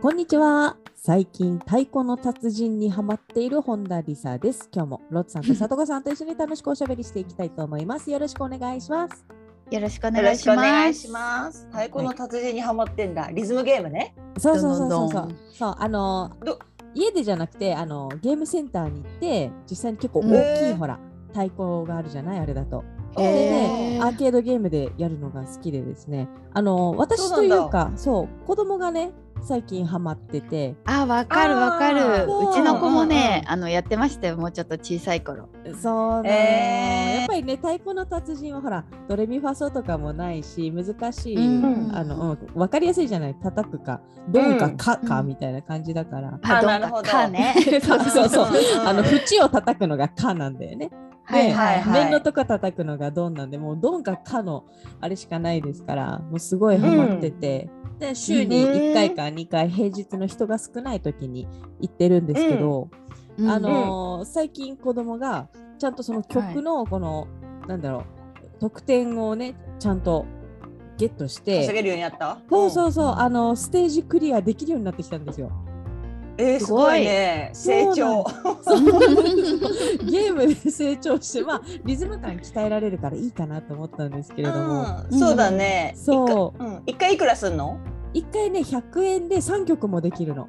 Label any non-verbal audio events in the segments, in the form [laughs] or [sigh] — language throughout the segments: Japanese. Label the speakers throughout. Speaker 1: こんにちは最近太鼓の達人にハマっている本田理沙です今日もロッツさんと佐藤さんと一緒に楽しくおしゃべりしていきたいと思いますよろしくお願いします
Speaker 2: よろしくお
Speaker 3: よ
Speaker 2: 願
Speaker 3: ろ
Speaker 2: い
Speaker 3: し
Speaker 2: し
Speaker 3: くお願
Speaker 2: ま
Speaker 3: い
Speaker 2: す
Speaker 3: します。太鼓の達人にハマってんだ。リズムゲームね。
Speaker 1: そうそうそうそ
Speaker 2: ど
Speaker 1: うんそ
Speaker 2: ど
Speaker 1: うんそうあの
Speaker 3: ど
Speaker 1: 家でじゃなくてあのゲームセンターに行って実際に結構大きい、
Speaker 3: うん
Speaker 1: ほら太鼓があるじゃないあれだと。
Speaker 2: へ
Speaker 1: で
Speaker 2: え
Speaker 1: ねアーケードゲームでやるのが好きでですねあの私と
Speaker 3: そう
Speaker 1: い
Speaker 3: なんだ
Speaker 1: うかそう子供がね最近ハマってて
Speaker 2: あわかるわか
Speaker 3: あ
Speaker 2: る
Speaker 1: ー
Speaker 2: うちの子も
Speaker 3: うんうん
Speaker 2: ね
Speaker 3: うん
Speaker 2: あのやってましたよもうちょっと小さい頃
Speaker 1: そうなの、
Speaker 3: えー
Speaker 1: やっぱりね太鼓の達人はほらドレミファソとかもないし難しい、
Speaker 2: うん
Speaker 1: あのうん、分かりやすいじゃない叩くかドンか
Speaker 3: うん
Speaker 1: カか
Speaker 2: うん
Speaker 1: みたいな感じだ
Speaker 2: [laughs]
Speaker 1: から、
Speaker 2: あ
Speaker 3: あ
Speaker 2: ど
Speaker 3: な
Speaker 2: う
Speaker 3: るほ
Speaker 2: か
Speaker 3: ど
Speaker 2: かね
Speaker 1: そうそうそうあの
Speaker 3: ふ
Speaker 1: 縁を叩くのがカなんだよね。
Speaker 2: はいはい
Speaker 3: ね
Speaker 2: は
Speaker 1: 面
Speaker 2: い
Speaker 1: のとこ叩くのがドンなんでもうドンかかのあれしかないですからもうすごいハマってて、で週に1回か2回平日の人が少ない時に行ってるんですけど、
Speaker 2: うん
Speaker 1: あのー最近子供がちゃんとその曲のこの、なんだろう得点をねちゃんとゲットし
Speaker 3: 稼げ
Speaker 1: て。
Speaker 3: るようになった。。
Speaker 1: そうそううそう、あのステージクリアできるようになってきたんですよ。
Speaker 3: えー、すごいね。
Speaker 1: すごい
Speaker 3: 成長。
Speaker 1: そう [laughs] ゲームで成長して、まあ、リズム感鍛えられるからいいかなと思ったんですけれども、
Speaker 3: うんそうだね。。
Speaker 1: うんそう
Speaker 3: うん。一回いくらすんの？
Speaker 1: 一回ね100円で3曲もできるの。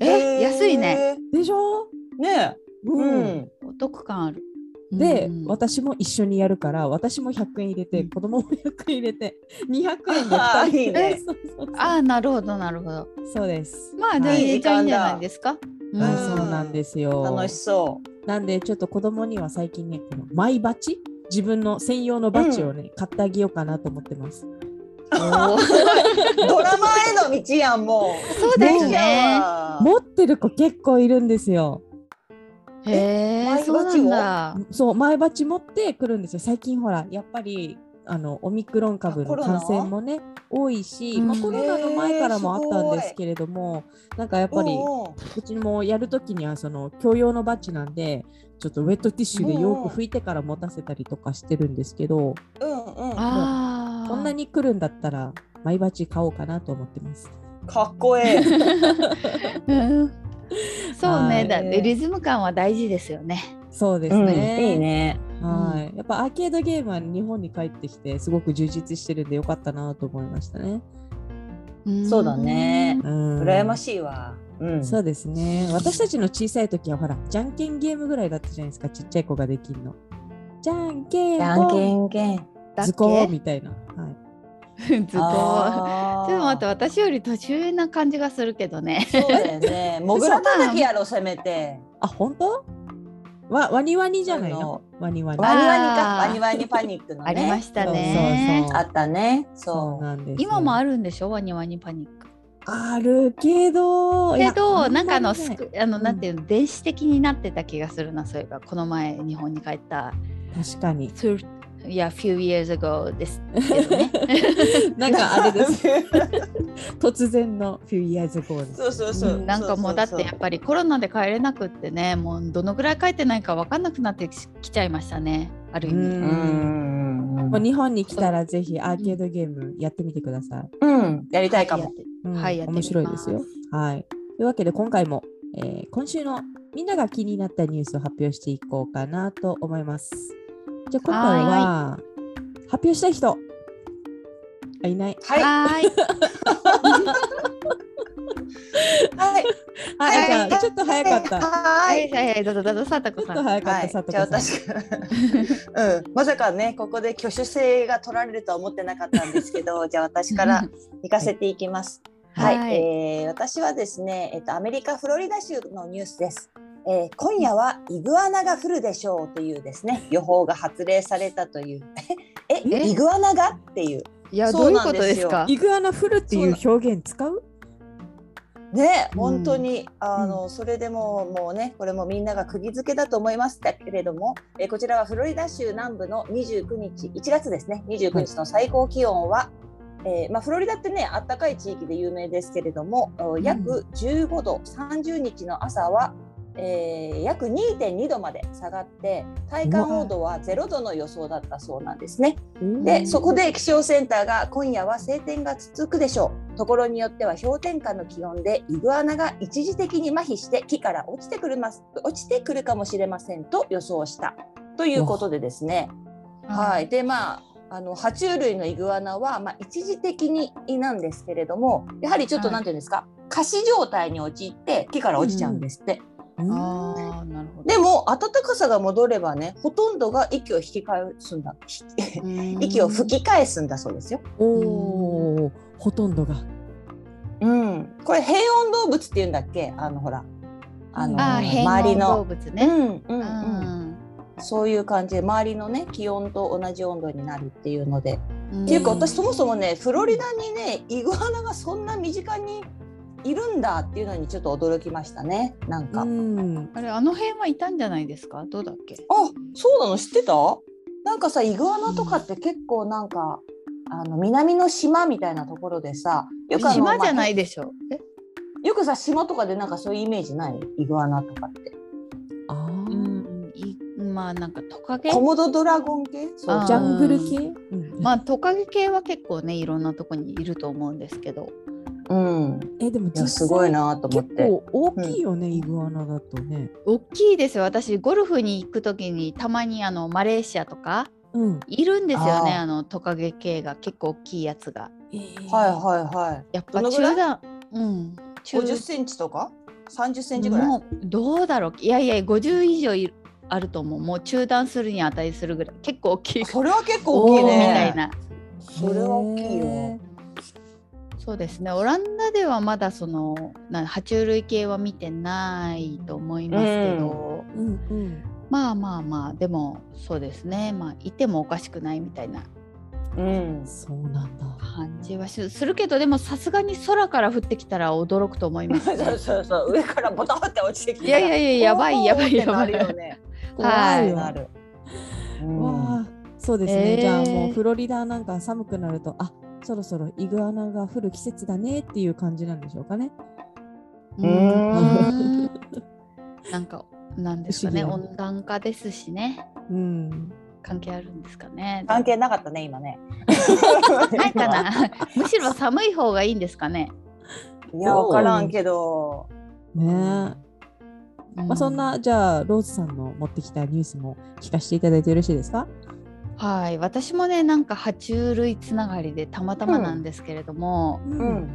Speaker 2: え安いね
Speaker 3: え
Speaker 1: でしょ、
Speaker 3: ー。ね。
Speaker 1: う
Speaker 3: うん。
Speaker 2: [laughs] お得感ある
Speaker 1: で、
Speaker 2: うん
Speaker 1: 私も一緒にやるから私も100円入れて、
Speaker 2: うん
Speaker 1: 子供も100円入れて200円で
Speaker 3: あ
Speaker 1: 2
Speaker 3: ー
Speaker 1: 人
Speaker 3: いいね
Speaker 1: そうそうそう
Speaker 2: あーなるほどなるほど
Speaker 1: そうです。
Speaker 2: まあ
Speaker 1: は
Speaker 2: で
Speaker 1: い
Speaker 3: いい
Speaker 2: い
Speaker 3: 時
Speaker 2: ちゃいい
Speaker 3: 間だ
Speaker 2: んじゃないですかう
Speaker 1: はい
Speaker 3: ん
Speaker 1: そうなんですよ。
Speaker 3: 楽しそ
Speaker 1: なんでちょっと子供には最近ねこのマイバチ自分の専用のバチをね、買ってあげようかなと思ってます。
Speaker 2: おー
Speaker 3: う。 [laughs] ドラマへの道やんもう。
Speaker 2: そうですね
Speaker 1: 持ってる子結構いるんですよ。
Speaker 2: へえ
Speaker 3: 前
Speaker 2: そうなんだ
Speaker 1: そう前鉢持ってくるんですよ最近ほらやっぱりあのオミクロン株の感染もね多いし、
Speaker 2: うん
Speaker 1: まあ、コロナの前からもあったんですけれども、なんかやっぱり
Speaker 3: おうおう
Speaker 1: うちもやるときにはその共用のバッジなんでちょっとウェットティッシュでよく拭いてから持たせたりとかしてるんですけど、
Speaker 3: うんうん。
Speaker 2: ああ
Speaker 1: こんなに来るんだったらマイバチ買おうかなと思ってます。
Speaker 3: かっこええ。
Speaker 2: うんそう
Speaker 1: は
Speaker 2: ね、
Speaker 1: い
Speaker 2: だってリズム感は大事ですよね。
Speaker 1: そうですね。
Speaker 3: うんいいね。
Speaker 1: はい、やっぱアーケードゲームは日本に帰ってきてすごく充実してるんでよかったなと思いましたね。
Speaker 3: そうだね
Speaker 1: うん
Speaker 3: 羨ましいわ。うん。
Speaker 1: そうですね。私たちの小さい時はほら、じゃんけんゲームぐらいだったじゃないですか、ちっちゃい子ができるの。じゃんけん
Speaker 3: じゃんけ
Speaker 1: ん
Speaker 3: んけん。
Speaker 2: だっ
Speaker 1: 図工
Speaker 2: け
Speaker 1: みたいな。はい、
Speaker 2: [laughs] 図工。
Speaker 3: あー
Speaker 2: ちょっと待って、私より年上な感じがするけどね。
Speaker 3: そうだよね。 [laughs] もぐらたたきやろ、せめて。
Speaker 1: あ、本当わワニワニじゃない
Speaker 3: あ
Speaker 1: の
Speaker 3: の
Speaker 1: ワニワニ。
Speaker 3: ワニワニか。
Speaker 2: あー
Speaker 3: ワニワニパニックのね。
Speaker 2: ありました
Speaker 1: そ
Speaker 2: ね
Speaker 1: う。そう
Speaker 3: あ
Speaker 1: そう。
Speaker 3: ったね。
Speaker 1: そう
Speaker 3: そ
Speaker 1: なんですよ。
Speaker 2: 今もあるんでしょ、ワニワニパニック。
Speaker 1: あるけど。い
Speaker 2: け
Speaker 1: や
Speaker 2: ど、なんかあの、
Speaker 1: り
Speaker 2: す
Speaker 1: ね
Speaker 2: くあの、なんていうの、電子的になってた気がするな、そういえば、この前日本に帰った。
Speaker 1: 確か
Speaker 2: [laughs]
Speaker 1: に。
Speaker 2: いや、few years ago ですけどね。
Speaker 1: なん
Speaker 3: う。。
Speaker 1: かあれです。[laughs] 突然のフュイヤーズゴール。
Speaker 3: そうそうそう。
Speaker 2: なんかもうだってやっ
Speaker 3: そ
Speaker 2: ぱりコロナで帰れなくってねもうどのぐらい帰ってないか分かんなくなってきちゃいましたねある意味。
Speaker 1: うん
Speaker 3: うそう。うんうん
Speaker 1: もう日本に来たらぜひアーケードゲームやってみてください。
Speaker 3: うん。うん。やりたいかも。。
Speaker 1: うん
Speaker 2: はいやってみ
Speaker 1: 面
Speaker 2: ます
Speaker 1: 白いですよ。はい。というわけで今回も、えー今週のみんなが気になったニュースを発表していこうかなと思います。じゃあ今回は発表したい人あいない。
Speaker 3: はい。
Speaker 2: は
Speaker 3: は
Speaker 2: ーい。
Speaker 3: い。
Speaker 1: はい、
Speaker 2: はい
Speaker 1: じゃあちょっと早かった。
Speaker 2: は
Speaker 3: はいい。
Speaker 2: はいはいどうぞどうぞさとこ
Speaker 1: ちょっ
Speaker 2: さ
Speaker 1: と
Speaker 2: ん。
Speaker 1: 早かっ
Speaker 3: は
Speaker 1: た、
Speaker 3: い、じ
Speaker 1: 佐藤
Speaker 3: ゃあ
Speaker 1: さん。
Speaker 3: 私がうん、まさかねここで挙手制が取られるとは思ってなかったんですけどじゃあ私から行かせていきます。は
Speaker 2: [laughs]
Speaker 3: い、
Speaker 2: はい
Speaker 3: えー私はですね、えっと、アメリカ・フロリダ州のニュースです。えー今夜はイグアナが降るでしょうというですね予報が発令されたというええ
Speaker 2: え
Speaker 3: イグアナがっていう
Speaker 2: いやど
Speaker 3: そうう
Speaker 2: いう
Speaker 3: な
Speaker 2: こ
Speaker 3: ん
Speaker 2: と
Speaker 3: です
Speaker 2: です
Speaker 3: よ
Speaker 2: か
Speaker 1: イグアナフルっていう表現使う
Speaker 3: ね
Speaker 2: うん
Speaker 3: 本当に、あのそれでももうねこれもみんなが釘付けだと思いますだけれども、えーこちらはフロリダ州南部の29日1月ですね29日の最高気温は、えーまあ、フロリダってねあったかい地域で有名ですけれどもお約15度、30日の朝は、えー約2.2度まで下がって体感温度は0度の予想だったそうなんですね。
Speaker 2: う
Speaker 3: で
Speaker 2: ん
Speaker 3: そこで気象センターが今夜は晴天が続くでしょうところによっては氷点下の気温でイグアナが一時的に麻痺して木から落ちてくるます落ちてくるかもしれませんと予想したということでですねはいでまああの爬虫類のイグアナは、まあ、一時的になんですけれどもやはりちょっと
Speaker 2: はい
Speaker 3: 何て言うんですか仮死状態に陥って木から落ちちゃうんですって、
Speaker 1: うん
Speaker 2: あーなるほど
Speaker 3: でも暖かさが戻ればねほとんどが息を引き返すんだ [laughs] 息を吹き返すんだそうですよ。
Speaker 1: おお、ほとんどが。
Speaker 3: うん、これ平穏動物って言うんだっけあのほらあの
Speaker 2: あー変
Speaker 3: 周り
Speaker 2: 温動
Speaker 3: の、
Speaker 2: 物
Speaker 3: う
Speaker 2: ね、
Speaker 3: んうんう、
Speaker 2: うんん
Speaker 3: そういう感じで周りのね気温と同じ温度になるっていうので、っていうか私そもそもねフロリダにねイグアナがそんな身近にいるんだっていうのにちょっと驚きましたねなんか、
Speaker 1: う
Speaker 3: あ
Speaker 1: ん。
Speaker 2: あれあの辺はいたんじゃないですかどうだっけ
Speaker 3: そうなの知ってたなんかさイグアナとかって結構なんかあの南の島みたいなところでさよくあの
Speaker 2: 島じゃ
Speaker 3: まあ
Speaker 2: ないでしょえ
Speaker 3: よくさ島とかでなんかそういうイメージないイグアナとかって。
Speaker 1: あ
Speaker 2: う
Speaker 1: ー
Speaker 2: んいまあなんかトカゲ
Speaker 3: コモドドラゴン系そう
Speaker 2: あー
Speaker 1: ジャングル系。うん
Speaker 2: まあトカゲ系は結構ねいろんなとこにいると思うんですけど
Speaker 3: うん。
Speaker 1: え、でも
Speaker 3: いや
Speaker 1: 実
Speaker 3: すごい
Speaker 1: 際
Speaker 3: なと思っ
Speaker 1: 結
Speaker 3: て。
Speaker 1: 構大きいよね、イグアナだとね。
Speaker 2: 大きいですよ私ゴルフに行く時にたまにあのマレーシアとか
Speaker 1: うん。
Speaker 2: いるんですよね
Speaker 3: あー
Speaker 2: あのトカゲ系が結構大きいやつが
Speaker 3: はい
Speaker 1: は
Speaker 3: はいはい。
Speaker 2: やっぱ
Speaker 3: どのぐら
Speaker 2: 中
Speaker 3: い
Speaker 2: 段うん中
Speaker 3: 50センチとか30センチぐらい。
Speaker 2: もうどうだろういやいや50以上いるあると思うもう中断するに値するぐらい結構大きい
Speaker 3: それは結構大きいね。
Speaker 2: みたい。な
Speaker 3: それは大きいよ。
Speaker 2: そうですねオランダではまだそのな爬虫類系は見てないと思いますけど、
Speaker 1: うんうん。
Speaker 2: まあまあまあでもそうですねまあいてもおかしくないみたいな
Speaker 3: うん。
Speaker 1: そうなんだ。
Speaker 2: 感じはしするけどでもさすがに空から降ってきたら驚くと思いま
Speaker 3: [laughs]
Speaker 2: す、
Speaker 3: そうそうそう上からボタンって落ちてきて。
Speaker 2: いやいやいややばいやばいや
Speaker 3: な
Speaker 2: ばい
Speaker 3: るよね。
Speaker 2: はい
Speaker 3: なる。うん
Speaker 1: わあ、そうですね。
Speaker 2: えー
Speaker 1: じゃあもうフロリダなんか寒くなると、あ、そろそろイグアナが降る季節だねっていう感じなんでしょうかね。
Speaker 3: うー
Speaker 2: うーんなんかなんですかね
Speaker 1: 不思議な
Speaker 2: 温暖化ですしね
Speaker 1: うん。
Speaker 2: 関係あるんですかね
Speaker 3: 関係なかったね今ね。
Speaker 2: ないか。なむしろ寒い方がいいんですかね、
Speaker 3: いやわからんけど。
Speaker 1: ねえ。まあそんな、じゃあローズさんの持ってきたニュースも聞かせていただいてよろしいですか
Speaker 2: はい私もねなんか爬虫類つながりでたまたまなんですけれども、
Speaker 1: う
Speaker 3: う。ん。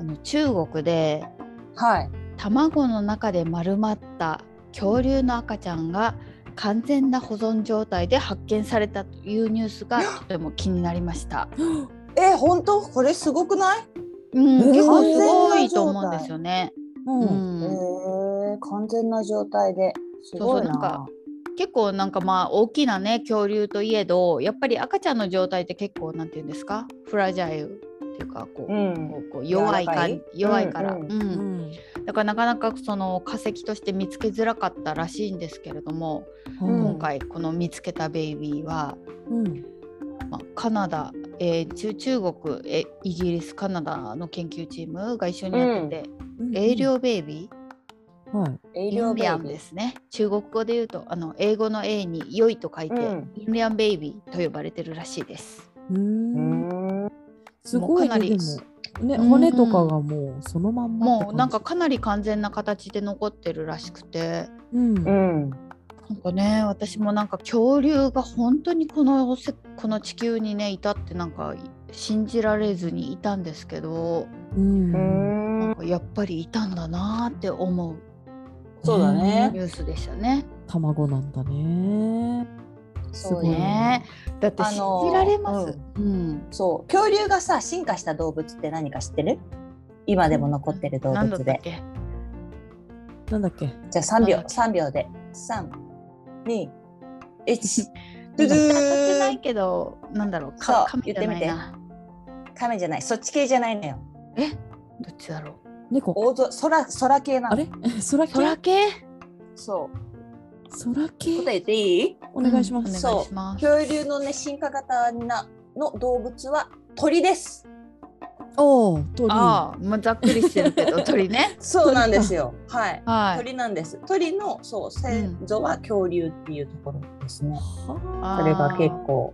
Speaker 2: あの中国で
Speaker 3: はい。
Speaker 2: 卵の中で丸まった恐竜の赤ちゃんが完全な保存状態で発見されたというニュースがとても気になりました。
Speaker 3: え本当これすごくない？
Speaker 2: うん、
Speaker 1: えー
Speaker 2: 結構すごいと思うんですよね。
Speaker 1: う。
Speaker 2: うん
Speaker 3: へ
Speaker 2: ん、
Speaker 3: え完全な状態で。すごい
Speaker 2: そうそうなん
Speaker 3: な
Speaker 2: か。結構なんかまあ大きなね恐竜といえどやっぱり赤ちゃんの状態って結構なんて言うんですかフラジャイルっていうかこう,、
Speaker 3: うん
Speaker 2: こうこう弱いか
Speaker 3: 柔らかい
Speaker 2: 弱いから、
Speaker 3: うんうん
Speaker 2: うん
Speaker 1: うん
Speaker 2: だからなかなかその化石として見つけづらかったらしいんですけれども、
Speaker 3: うん
Speaker 2: 今回この見つけたベイビーは、
Speaker 1: うん。
Speaker 2: まあ、カナダ、えー中中国、えーイギリスカナダの研究チームが一緒にやってて、
Speaker 1: うん
Speaker 2: エイリオベイビー
Speaker 1: はい。
Speaker 3: エ。
Speaker 2: インディアンですすね。中国語で言うとあの英語の A に良いと書いて、
Speaker 3: うん
Speaker 2: インディアンベイビーと呼ばれてるらしいです。
Speaker 1: うー。
Speaker 3: うんん。
Speaker 1: すごい
Speaker 2: もうかな
Speaker 1: ね、で
Speaker 2: り
Speaker 1: も。ね、
Speaker 2: うん
Speaker 1: 骨とかがもうそのまんまって感じ。
Speaker 2: もうなんかかなり完全な形で残ってるらしくて、
Speaker 1: うん。
Speaker 3: うん。
Speaker 2: なんかね私もなんか恐竜が本当にこのせこの地球にねいたってなんか信じられずにいたんですけど、
Speaker 1: うん。
Speaker 2: なんかやっぱりいたんだなーって思う
Speaker 3: そうだ
Speaker 2: ニ
Speaker 3: ね。
Speaker 2: ュースでしたね。
Speaker 1: 卵なんだね。す
Speaker 3: そ
Speaker 1: ご
Speaker 3: う
Speaker 1: い
Speaker 3: ね。
Speaker 2: ねだって
Speaker 3: あ
Speaker 2: 信
Speaker 3: のー
Speaker 2: じられます。うん
Speaker 3: そう。恐竜がさ進化した動物って何か知ってる？今でも残ってる動
Speaker 2: 何だ
Speaker 3: 物
Speaker 2: ったっ
Speaker 3: で。
Speaker 2: け
Speaker 1: なんだっけ。
Speaker 3: じゃあ三
Speaker 2: な
Speaker 3: 秒
Speaker 2: んだっけ
Speaker 3: 三秒で三二一。
Speaker 2: 当
Speaker 3: ドゥ
Speaker 2: [laughs]
Speaker 3: ド
Speaker 2: たってな
Speaker 3: ゥ
Speaker 2: い
Speaker 3: ー
Speaker 2: けど、なんだろう、
Speaker 3: そう
Speaker 2: か、亀じゃない
Speaker 3: 言っ
Speaker 2: な。
Speaker 3: 亀じゃない、そっち系じゃないのよ。
Speaker 2: えどっちだろ
Speaker 1: 猫。
Speaker 3: 大空空空系な
Speaker 1: あ
Speaker 3: の。
Speaker 1: れ [laughs] 空
Speaker 2: う
Speaker 1: 系
Speaker 2: 空系
Speaker 3: そう。
Speaker 1: 空系
Speaker 3: 答えていい？
Speaker 1: お願いします。
Speaker 2: うんお願いします
Speaker 3: 恐竜のね進化型なの動物は鳥です。
Speaker 1: おお、鳥。
Speaker 2: ああもうざっくりしてるけ
Speaker 3: [laughs]
Speaker 2: ど鳥ね
Speaker 3: そうなんですよ。はい。
Speaker 2: はい
Speaker 3: 鳥なんです。鳥のそう先祖は恐竜っていうところですね。
Speaker 1: は
Speaker 2: あー
Speaker 3: それが結構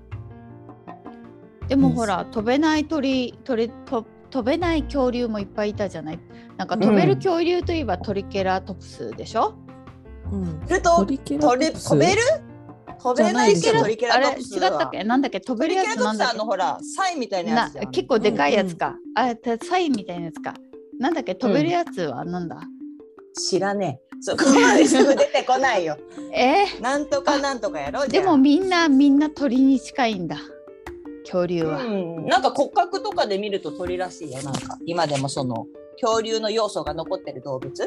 Speaker 2: でもほら飛べない鳥鳥と飛べない恐竜もいっぱいいたじゃないなんか飛べる恐竜といえばトリケラトプスでしょ、
Speaker 1: あうん。
Speaker 3: すると
Speaker 1: 鳥系
Speaker 3: 飛べ飛べる？飛べないけどトリケ
Speaker 2: あ
Speaker 3: ラ
Speaker 2: れ
Speaker 3: トプス
Speaker 2: 違っ
Speaker 3: は
Speaker 2: たっけなんだっけ飛
Speaker 3: ト
Speaker 2: べる
Speaker 3: リケラ
Speaker 2: やつ
Speaker 3: ト
Speaker 2: な
Speaker 3: プ
Speaker 2: ん
Speaker 3: ス
Speaker 2: だ
Speaker 3: は
Speaker 2: っ
Speaker 3: あのほらサイみたいなや
Speaker 2: な
Speaker 3: つじゃん。
Speaker 2: 結構でかいやつか、あたサインみたいなやつかなんだっけ飛べるやつはなんだ、
Speaker 3: 知らねえ。そこまですぐ出てこな
Speaker 2: [laughs]
Speaker 3: いよ。
Speaker 2: え
Speaker 3: なんとかなんとかやろう
Speaker 2: ー、でもみんなみんな鳥に近いんだ恐竜は、
Speaker 3: うん、なんか骨格とかで見ると鳥らしいよなんか今でもその恐竜の要素が残ってる動物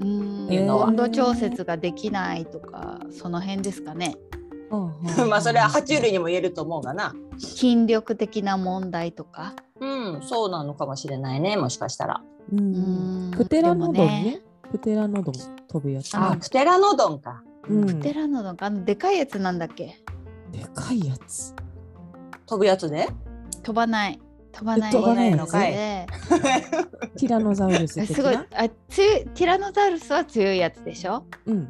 Speaker 2: うーん
Speaker 3: えー
Speaker 2: 温度調節ができないとかその辺ですかね
Speaker 1: は
Speaker 3: [laughs]
Speaker 2: [laughs]
Speaker 3: まあそれは爬虫類にも言えると思うがな
Speaker 2: 筋力的な問題とか
Speaker 3: うんそうなのかもしれないねもしかしたら
Speaker 1: う。
Speaker 2: うんーん
Speaker 1: プテラノドン
Speaker 2: でも
Speaker 1: ね。プテラノドン飛ぶやつ。
Speaker 2: あ
Speaker 3: あプテラノドンか
Speaker 1: うん。
Speaker 2: プテラノドンかあのでかいやつなんだっけ
Speaker 1: でかいやつ。
Speaker 3: 飛ぶやつで
Speaker 2: 飛ばない飛ばない
Speaker 1: 飛ばないの
Speaker 3: かい
Speaker 1: テ
Speaker 2: や
Speaker 1: ィラノザウル
Speaker 2: つで
Speaker 1: ス的
Speaker 2: すごい
Speaker 1: な。
Speaker 2: あ強いティラノザウルスは強いやつでしょ
Speaker 1: うん。
Speaker 3: うん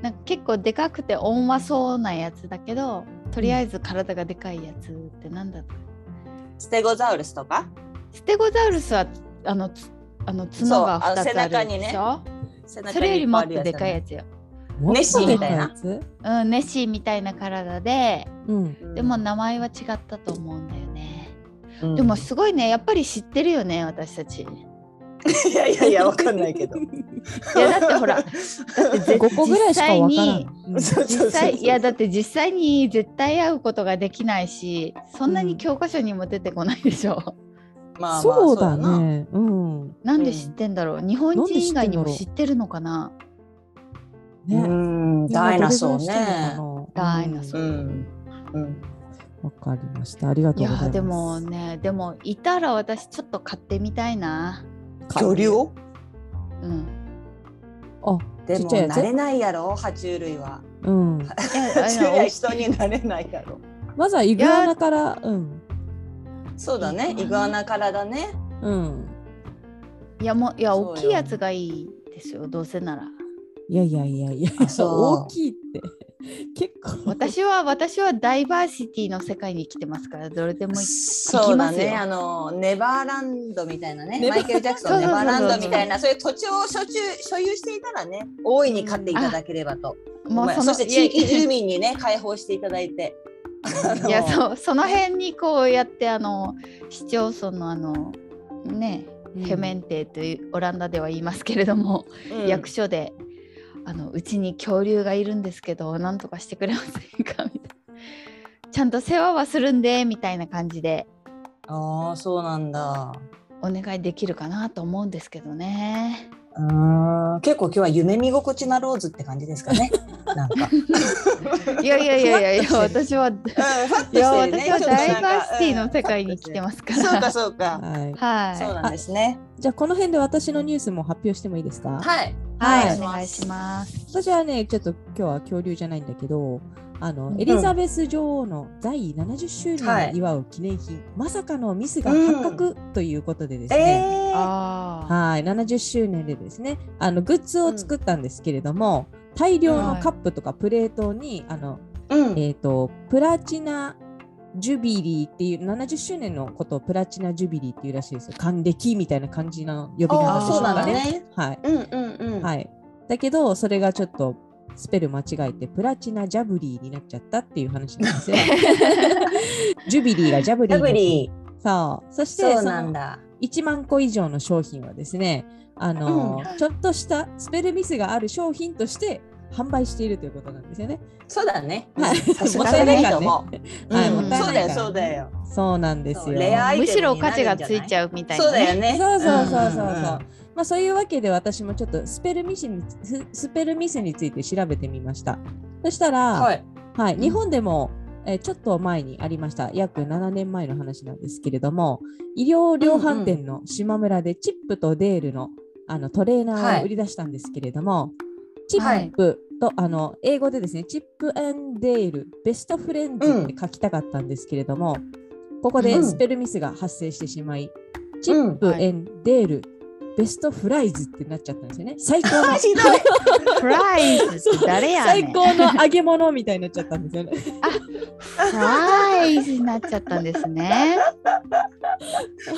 Speaker 2: なんか結構でかくて温和そうなやつだけどとりあえず体がでかいやつってなんだった
Speaker 3: ステゴザウルスとか
Speaker 2: ステゴザウルスはあのつあの角が
Speaker 3: そう
Speaker 2: 2
Speaker 3: あの
Speaker 2: つあ
Speaker 3: 背中
Speaker 2: る
Speaker 3: に
Speaker 2: で
Speaker 3: ね
Speaker 2: しょ
Speaker 3: 背
Speaker 2: それよりもっとで
Speaker 3: で
Speaker 2: か
Speaker 3: か
Speaker 2: い
Speaker 3: い
Speaker 2: や
Speaker 3: や
Speaker 2: つよ、
Speaker 1: もっ
Speaker 3: ネッ
Speaker 1: と
Speaker 3: シー
Speaker 1: で
Speaker 3: み
Speaker 1: か
Speaker 3: た
Speaker 1: い
Speaker 3: いな
Speaker 1: やつ。
Speaker 2: うん、ネッシーみたいな体で
Speaker 1: うん。
Speaker 3: つ
Speaker 2: でも、名前は違ったと思うんだよね、
Speaker 3: うん
Speaker 2: でもすごいねやっぱり知ってるよね私たちい
Speaker 3: いやいやいやわかんな
Speaker 1: [laughs]
Speaker 3: いけど
Speaker 2: やだってほ
Speaker 3: [laughs]
Speaker 2: ら
Speaker 1: 五個ぐらいしかわからん
Speaker 2: 実際に。
Speaker 1: うん
Speaker 3: そうそ
Speaker 2: 実
Speaker 3: うそうそう
Speaker 2: 際いやだって実際に絶対会うことができないしそんなに教科書にも出てこないでしょ、
Speaker 3: まあまあ
Speaker 1: そうだ
Speaker 3: な
Speaker 1: ね。うん。
Speaker 2: なんで知ってんだろう日本人以外にも知ってるのかな
Speaker 3: う
Speaker 1: ね。
Speaker 3: んダイナソー
Speaker 1: いや
Speaker 3: ね
Speaker 1: どれぐらい
Speaker 2: ダ
Speaker 1: してんのかな
Speaker 2: イナソ
Speaker 3: う
Speaker 2: ー
Speaker 3: んうん
Speaker 1: うんわかりました。ありがと
Speaker 2: いう
Speaker 1: ございます。
Speaker 2: やでもねでもいたら私ちょっと買ってみたいな
Speaker 3: 恐竜を
Speaker 2: うん
Speaker 1: あ、
Speaker 3: で
Speaker 1: ちっ
Speaker 3: も
Speaker 1: ちゃいやつ
Speaker 3: 慣れないやろ爬虫類は
Speaker 1: うん。
Speaker 2: いや
Speaker 3: 爬虫類
Speaker 2: あ
Speaker 3: は
Speaker 2: の
Speaker 3: 人になれないやろ
Speaker 1: まずはイグアナから、うん。
Speaker 3: そうだねイグアナからだね
Speaker 1: うん。
Speaker 2: いやもういや
Speaker 3: そうよ
Speaker 2: 大きいやつがいいですよどうせなら
Speaker 1: いやいやいやいや、
Speaker 3: そう
Speaker 1: 大きいって。 [laughs] 結構。
Speaker 2: 私は私はダイバーシティの世界に生きてますからどれでもいい
Speaker 3: そうだ
Speaker 2: 行きます
Speaker 3: ね、
Speaker 2: よ
Speaker 3: あのネバーランドみたいなね、
Speaker 1: ネバ
Speaker 3: マ
Speaker 1: ー
Speaker 3: イケル・ジャクソ
Speaker 2: そう
Speaker 3: ン
Speaker 2: そ
Speaker 3: ネ
Speaker 2: うそう
Speaker 3: バーランドみたいな、そういう土地を所有所有していたらね、大いに買っていただければと。
Speaker 2: もう
Speaker 3: まあ
Speaker 2: そ
Speaker 3: そ
Speaker 2: の
Speaker 3: して地
Speaker 2: い
Speaker 3: 域
Speaker 2: や
Speaker 3: 住民にね、開放していただいて。あの
Speaker 2: いやそうその辺にこうやってあの市町村のあのね
Speaker 1: うん
Speaker 2: ヘメンテというオランダでは言いますけれども、
Speaker 3: うん
Speaker 2: 役所であのうちに恐竜がいるんですけどなんとかしてくれませんかみたいなちゃんと世話はするんでみたいな感じで
Speaker 3: ああ、そうなんだ。
Speaker 2: お願いできるかなと思うんですけどね
Speaker 3: うーん結構今日は夢見心地なローズって感じです
Speaker 2: [laughs]
Speaker 3: かね。なんか。
Speaker 2: いやいやいやい
Speaker 3: [laughs]
Speaker 2: やいや
Speaker 3: ふわっと
Speaker 2: 私は
Speaker 3: [laughs] うんふわっと
Speaker 2: いや
Speaker 3: してるね
Speaker 2: 私は
Speaker 3: ちょっとなん
Speaker 2: ダ
Speaker 3: か
Speaker 2: イバーシティ
Speaker 3: うん
Speaker 2: の世界に来てますか。
Speaker 3: そうからそうか。
Speaker 1: はい。
Speaker 3: そう
Speaker 2: は
Speaker 3: なんですね。
Speaker 1: じゃあ、この辺で私のニュースも発表してもいいですか
Speaker 3: はい。
Speaker 2: い。はい、
Speaker 3: お
Speaker 2: お
Speaker 3: 願
Speaker 2: 願
Speaker 3: い
Speaker 2: い
Speaker 3: し
Speaker 2: し
Speaker 3: ま
Speaker 2: ます。
Speaker 1: 私はね、ちょっと今日は恐竜じゃないんだけど、あの、
Speaker 2: うん
Speaker 1: エリザベス女王の在位70周年を祝う記念品、まさかのミスが発覚ということでです
Speaker 3: す。
Speaker 1: ね、
Speaker 3: えー
Speaker 2: あ
Speaker 1: はい、70周年でですね、あの、グッズを作ったんですけれども、大量のカップとかプレートに、あの、
Speaker 3: うん。
Speaker 1: えー、とプラチナジュビリーっていう70周年のことをプラチナジュビリーっていうらしいですよ。還暦みたいな感じの呼び名なん
Speaker 3: あ
Speaker 1: で
Speaker 3: ー
Speaker 1: しょ
Speaker 3: そううな
Speaker 1: か
Speaker 3: んだ
Speaker 1: ね。
Speaker 3: ね。
Speaker 1: はい
Speaker 3: うんうんうん。
Speaker 1: はい、だけどそれがちょっとスペル間違えてプラチナジャブリーになっちゃったっていう話なん
Speaker 3: [laughs]
Speaker 1: ですよ。ジュビリーがジャブリーに
Speaker 3: ラ
Speaker 1: なっ
Speaker 3: ブ
Speaker 1: ち
Speaker 3: リー。
Speaker 1: ゃった。そうそして
Speaker 3: そ
Speaker 1: そ
Speaker 3: うなん
Speaker 1: の
Speaker 3: だ。
Speaker 1: 1万個以上の商品はですねあの、ちょっとしたスペルミスがある商品として販売しているということなんですよね。
Speaker 3: そうだね。
Speaker 1: はい
Speaker 3: さすがだいいと思う。
Speaker 1: はい
Speaker 3: うん
Speaker 2: もったい
Speaker 3: そ
Speaker 2: な
Speaker 3: う
Speaker 2: い
Speaker 1: から
Speaker 3: だよ、そうだよ。
Speaker 1: そうなんです
Speaker 3: そう
Speaker 1: よ。
Speaker 3: レアアイテムになるんじゃ
Speaker 2: むしろ
Speaker 3: ない
Speaker 2: 価値がついちゃうみたいな、
Speaker 3: そうだよね。
Speaker 1: そうそうそうそうそう。
Speaker 3: んんん
Speaker 1: まあそういうわけで私もちょっとスペルミスにススペルミスについて調べてみました。そしたら、は、
Speaker 3: はいい。
Speaker 1: 日本でも、えーちょっと前にありました約7年前の話なんですけれども医療量販店の島村でチップとデールのあのトレーナーを売り出したんですけれども、チップと、あの英語でですねチップデールベストフレンズって書きたかったんですけれども、ここ
Speaker 3: う
Speaker 1: で
Speaker 3: ん
Speaker 1: スペルミスが発生してしまい、チ
Speaker 3: う
Speaker 1: ッ
Speaker 3: ん
Speaker 1: プ
Speaker 2: はい
Speaker 1: デールベストフライズってなっちゃったんですよね最
Speaker 3: [laughs]
Speaker 1: 高の
Speaker 3: ひどい
Speaker 2: フライズって誰やね
Speaker 1: 最
Speaker 3: [laughs]
Speaker 2: ん。
Speaker 1: 高の揚げ物みたいになっちゃったんですよね。
Speaker 2: フライズになっちゃったんですね。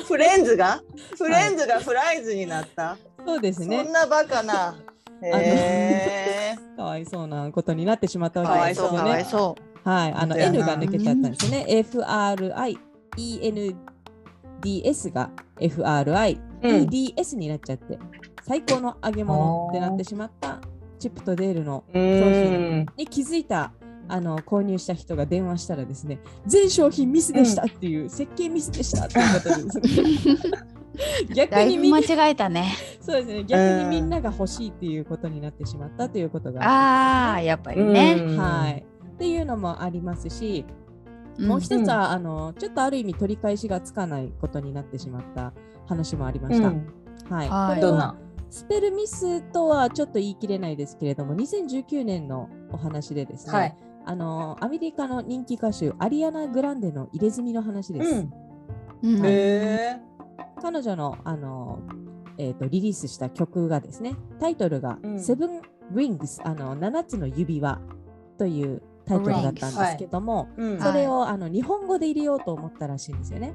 Speaker 3: フレンズがフレンズがフライズになった、
Speaker 1: そうですね
Speaker 3: そん。なバカなへえ
Speaker 1: かわいそうなことになってしまった
Speaker 3: [laughs] か
Speaker 1: わ
Speaker 3: わ
Speaker 1: け
Speaker 3: い
Speaker 1: です
Speaker 3: そう
Speaker 1: よね
Speaker 2: かわ。いそ
Speaker 1: はい、あの
Speaker 3: 本当や
Speaker 1: N
Speaker 3: な
Speaker 1: が抜けちゃったんですね。FRIENDS が FRIEDS
Speaker 3: うん
Speaker 1: になっちゃって、最高の揚げ物ってなってしまったチップとデールの
Speaker 3: うん
Speaker 1: に気づいたあの購入した人が電話したらですね、全商品ミスでしたっていう、設計ミスでしたっていうことでですね。
Speaker 2: [laughs] う。
Speaker 1: 逆
Speaker 2: だい
Speaker 1: に
Speaker 2: ぶ
Speaker 1: みん
Speaker 2: 間
Speaker 1: な
Speaker 2: 違えたね。
Speaker 1: そうですね逆にみんなが欲しいっていうことになってしまったということが
Speaker 2: ああ、やっぱりね。
Speaker 1: はい。っていうのもありますし、
Speaker 2: ん
Speaker 1: もう一つは、あのちょっとある意味取り返しがつかないことになってしまった話もありました。はい。
Speaker 2: はい
Speaker 1: これ
Speaker 3: ど
Speaker 1: は
Speaker 3: んな
Speaker 1: スペルミスとはちょっと言い切れないですけれども、2019年のお話でですね、
Speaker 3: はい
Speaker 1: あのアメリカの人気歌手アリアナ・グランデの入れ墨の話です。
Speaker 3: うん
Speaker 2: うん
Speaker 3: へ
Speaker 1: 彼女のあの、えー、とリリースした曲がですねタイトルが
Speaker 3: う
Speaker 1: 「
Speaker 3: ん
Speaker 1: セブン・ウィングス」あの7つの指輪というタイトルだったんですけども、
Speaker 3: えうん
Speaker 1: それをあの日本語で入れようと思ったらしいんですよね。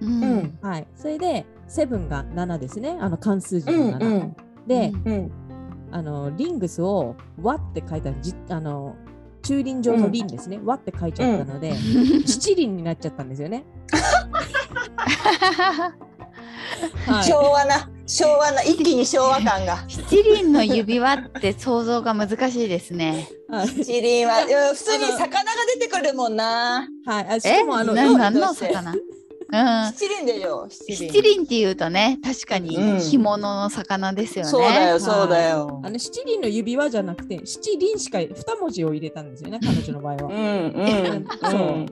Speaker 2: う
Speaker 3: うん
Speaker 2: [laughs]
Speaker 3: ん
Speaker 1: はい、それで「セブン」が7ですねあの関数字
Speaker 3: う
Speaker 1: の
Speaker 3: ん
Speaker 1: 7。
Speaker 3: うん
Speaker 1: で
Speaker 3: うん
Speaker 1: あのリングスを「和」って書いたじあの駐輪場の輪ですね「和」って書いちゃったので、七輪になっちゃったんですよ
Speaker 3: [laughs]
Speaker 1: ね。はい
Speaker 3: 昭和な昭和な一気に昭和感が
Speaker 2: 七輪の指輪って想像が難しいですね。
Speaker 1: はい
Speaker 3: チリンはうん普通に魚が出てくるもんな
Speaker 1: はい、あし
Speaker 2: え、
Speaker 1: かもあ
Speaker 2: な
Speaker 1: の
Speaker 2: 何の魚？うん。
Speaker 3: 七輪でしょ七
Speaker 2: 七輪っていうとね、確か
Speaker 3: う
Speaker 2: に
Speaker 3: ん
Speaker 2: 干物の魚ですよね。
Speaker 3: そうだよそうだよ
Speaker 1: あの七輪の指輪じゃなくて七輪しか二文字を入れたんですよね彼女の場合
Speaker 3: う
Speaker 1: は。
Speaker 3: んうん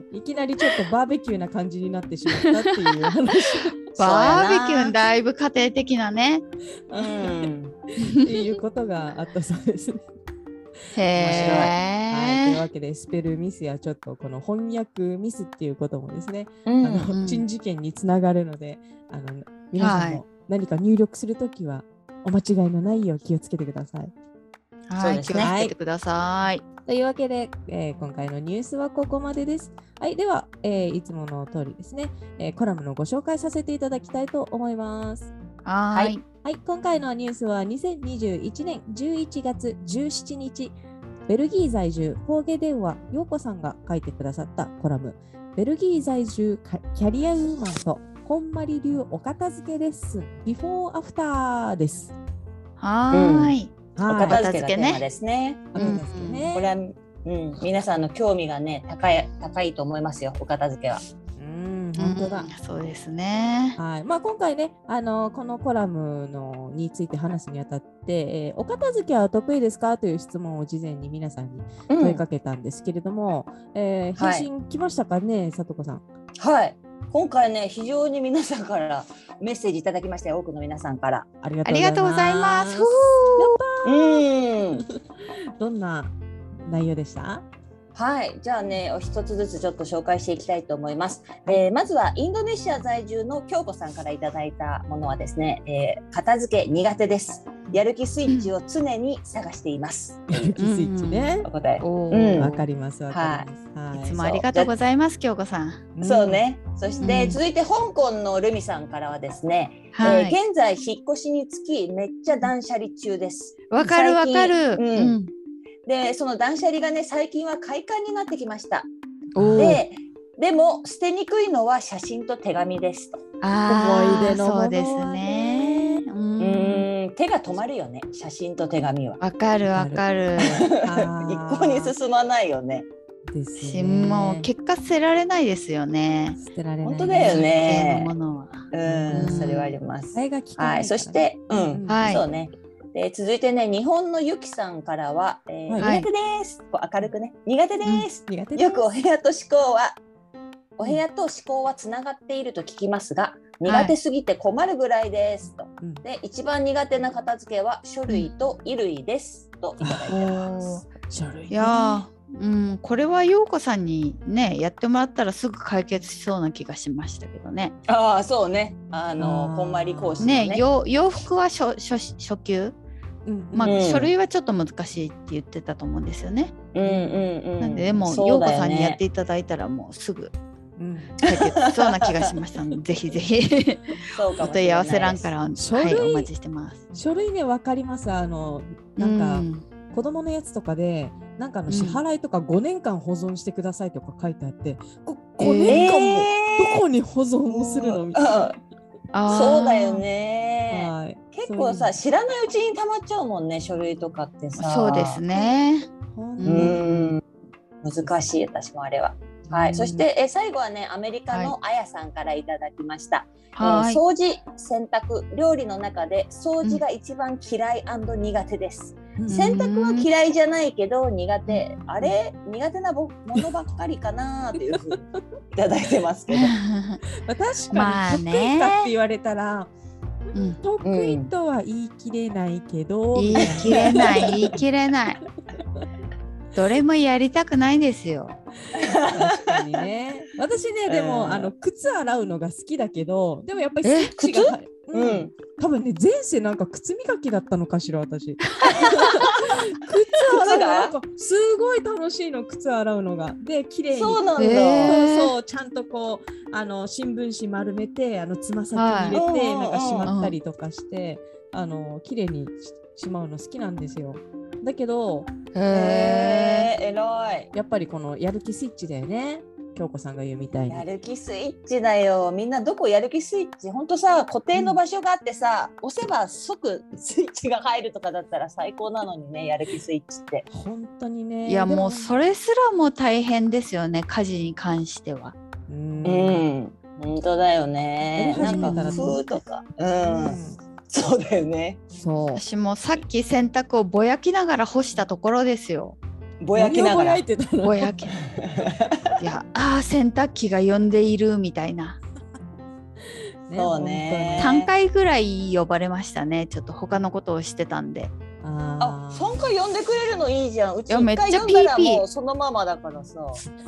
Speaker 1: そういきなりちょっとバーベキューな感じになってしまったっていう話
Speaker 2: バーベキュー
Speaker 3: だ
Speaker 2: だいぶ家庭的なね。
Speaker 1: [laughs]
Speaker 3: うん
Speaker 1: っていうことがあったそうですね。は
Speaker 2: へ
Speaker 1: い、という
Speaker 2: え。
Speaker 1: わけでスペルミスやちょっとこの翻訳ミスっていうこともですね、
Speaker 3: う
Speaker 1: あ
Speaker 3: ん
Speaker 2: う
Speaker 1: の
Speaker 2: ん
Speaker 1: 珍事件につながるのであの皆さん
Speaker 2: は
Speaker 1: も何か入力するときはお間違いのないよう気をつけてください。
Speaker 3: そう
Speaker 2: は
Speaker 3: で
Speaker 2: い、
Speaker 3: す
Speaker 2: 気
Speaker 3: ね
Speaker 2: をつけてください。
Speaker 1: というわけで、えー今回のニュースはここまでです。はい、では、えーいつもの通りですね、えーコラムのご紹介させていただきたいと思います。
Speaker 2: は
Speaker 3: は
Speaker 2: ーい。
Speaker 1: はい、今回のニュースは2021年11月17日、ベルギー在住、工芸電話、陽子さんが書いてくださったコラム、ベルギー在住かキャリアウーマンと、こんまり流お片付けレッスン、ビフォーアフターです。
Speaker 2: はーい。
Speaker 3: お
Speaker 1: はい、
Speaker 3: 片付けがテーマですね
Speaker 1: お片付けね。
Speaker 3: これはうん皆さんの興味がね高い高いと思いますよお片付けは
Speaker 1: うん、本当だ
Speaker 2: うん。そうですね。
Speaker 1: はいまあ、今回ね、あのこのコラムのについて話すにあたって、えーお片付けは得意ですかという質問を事前に皆さんに
Speaker 3: う
Speaker 1: 問い
Speaker 3: ん
Speaker 1: かけたんですけれども、えー
Speaker 3: はい
Speaker 1: 返信来ましたかね、さとこさん。
Speaker 3: はい今回ね非常に皆さんからメッセージいただきましたよ多くの皆さんから
Speaker 1: ありが
Speaker 2: ありがと
Speaker 1: とう
Speaker 2: うご
Speaker 1: ござ
Speaker 2: ざい
Speaker 1: いま。
Speaker 2: ますす。
Speaker 3: うん
Speaker 1: どんな内容でした
Speaker 3: はい、じゃあね、お一つずつちょっと紹介していきたいと思います。えーまずはインドネシア在住の京子さんからいただいたものはですね、えー片付け苦手です。やる気スイッチを常に探しています。
Speaker 1: やる気スイッチね
Speaker 3: お。答え。
Speaker 2: お
Speaker 3: う
Speaker 2: ー
Speaker 3: ん
Speaker 1: わ、かります、わかります。
Speaker 2: い
Speaker 1: は
Speaker 2: つもありがとうございます、京子さん。
Speaker 1: ん
Speaker 3: そうね。そし
Speaker 2: う
Speaker 3: て
Speaker 2: ん
Speaker 3: 続いて香港のルミさんからはですね、
Speaker 2: は
Speaker 3: えー
Speaker 2: い。
Speaker 3: 現在引っ越しにつきめっちゃ断捨離中です。
Speaker 2: わかるわかる
Speaker 3: 最。近うんで、その断捨離がね、最近は快感になってきました。
Speaker 2: おー
Speaker 3: で、でも捨てにくいのは写真と手紙ですと。
Speaker 2: あー
Speaker 1: 思い出のものは
Speaker 2: そうですね。う。
Speaker 3: うんーん手が止まるよね写真と手 [laughs] 紙は。
Speaker 2: わかるわかる。
Speaker 1: あー
Speaker 3: 一向に進まないよね。
Speaker 1: です
Speaker 2: 私
Speaker 1: ね。
Speaker 2: もう結果捨てられないですよね。
Speaker 1: 捨てられない、
Speaker 3: 本当だよね
Speaker 2: 人間のものは。
Speaker 3: うん
Speaker 1: うん
Speaker 3: それはあります。
Speaker 1: あれが聞けないからね
Speaker 3: はいそしてうん、
Speaker 2: はい
Speaker 3: そうねで続いてね日本のゆきさんからは、えー
Speaker 1: はい
Speaker 3: 苦手です、こう明るくね苦手です、
Speaker 1: 苦手です
Speaker 3: よくお部屋と思考はお部屋と思考はつながっていると聞きますが苦手すぎて困るぐらいです、と
Speaker 1: うん
Speaker 3: で一番苦手な片付けは書類と衣類です、といただいてます。
Speaker 1: 書類
Speaker 2: いやー、うん、これは陽子さんにねやってもらったらすぐ解決しそうな気がしましたけどね。
Speaker 3: ああそうねあの
Speaker 1: あー
Speaker 3: こんまり講師のね
Speaker 2: ね洋洋服は初初初級、
Speaker 1: うん
Speaker 2: まあ
Speaker 3: うん
Speaker 2: 書類はちょっと難しいって言ってたと思うんですよね。
Speaker 3: うんうんうん、
Speaker 2: なんででも
Speaker 3: そう
Speaker 2: 陽子
Speaker 3: だよね
Speaker 2: さんにやっていただいたらもうすぐ
Speaker 1: うん
Speaker 2: 解決しそうな気がしま
Speaker 3: [laughs]
Speaker 2: したのでぜひぜひ
Speaker 3: そうか
Speaker 2: お
Speaker 3: もしれ
Speaker 2: 問い合
Speaker 3: な
Speaker 2: わ
Speaker 3: いです
Speaker 2: せ欄からはい
Speaker 1: 書類
Speaker 2: お待ちしてます。
Speaker 1: 書類ね分かりますあのなんか、
Speaker 2: うん
Speaker 1: 子供のやつとかでなんかあ
Speaker 2: う
Speaker 1: の
Speaker 2: ん
Speaker 1: 支払いとか5年間保存してくださいとか書いてあって、こ
Speaker 2: えー
Speaker 1: 5年間もど
Speaker 3: え
Speaker 1: こに保存をするのみたいな。
Speaker 3: ー
Speaker 2: あー
Speaker 3: そうだよね
Speaker 1: はい、
Speaker 3: 結構さ
Speaker 1: そ
Speaker 3: 知らないうちに溜まっちゃうもんね書類とかってさ
Speaker 2: そうですね。
Speaker 1: ういうの
Speaker 3: う
Speaker 2: うん
Speaker 3: 難しい私もあれははい、そし、てえ最後はねアメリカのあやさんからいただきました、
Speaker 2: は
Speaker 3: え
Speaker 2: い
Speaker 3: ー。掃除洗濯料理の中で掃除が一番嫌い苦手です、
Speaker 1: うん
Speaker 3: 洗濯は嫌いじゃないけど苦手あれ苦手なぼものばっかりかなーっていうふうにいただいてますけど
Speaker 1: まあ確
Speaker 2: まあ
Speaker 1: かに
Speaker 2: ね
Speaker 1: 得意かって言われたら、
Speaker 2: うん
Speaker 1: 得意とは言い切れないけど、
Speaker 2: 言い切れない言い切れないどれもやりたくないんですよ
Speaker 1: 確かにね私ねでも、
Speaker 3: うん
Speaker 1: あの靴洗うのが好きだけどでもやっぱりスイッチが入
Speaker 3: う
Speaker 1: うん
Speaker 3: ん
Speaker 1: 多分ね前世なんか靴磨きだったのかしら私靴洗うの
Speaker 3: 靴が
Speaker 1: なんかすごい楽しいの靴洗うのがで綺麗に
Speaker 3: そうなんだ、
Speaker 2: えー
Speaker 1: そうそうちゃんとこうあの新聞紙丸めてあのつま先に入れて、
Speaker 3: はい
Speaker 1: なんかしまったりとかして、あの綺麗にししまうの好きなんですよだけど
Speaker 3: へえ偉い
Speaker 1: やっぱりこのやる気スイッチだよね京子さんが言うみたいに
Speaker 3: やる気スイッチだよみんなどこやる気スイッチほんとさ固定の場所があってさ、押せば即スイッチが入るとかだったら最高なのにねやる気スイッチって
Speaker 1: 本当にね
Speaker 2: いや
Speaker 1: で
Speaker 2: もうそれすらも大変ですよね家事に関しては
Speaker 1: うん
Speaker 3: ん本当だよね
Speaker 1: や
Speaker 3: な
Speaker 1: り始
Speaker 3: ん
Speaker 1: めた
Speaker 3: から
Speaker 1: ど
Speaker 3: 風
Speaker 1: う
Speaker 3: とかう
Speaker 1: うん
Speaker 3: ん、そうだよね
Speaker 1: そう
Speaker 2: 私もさっき洗濯をぼやきながら干したところですよ
Speaker 3: ぼやきながら
Speaker 1: 何をぼやいてたの
Speaker 2: ぼやきいやあー洗濯機が呼んでいるみたいな
Speaker 3: そうねえー
Speaker 2: 3回ぐらい呼ばれましたねちょっと他のことをしてたんで
Speaker 1: あ
Speaker 3: あ
Speaker 1: ー
Speaker 3: 3回呼んでくれるのいいじゃんうち
Speaker 2: いやめ
Speaker 3: 1
Speaker 2: っちゃ
Speaker 3: 回呼んだら
Speaker 2: ピーピー
Speaker 3: もうそのままだからさ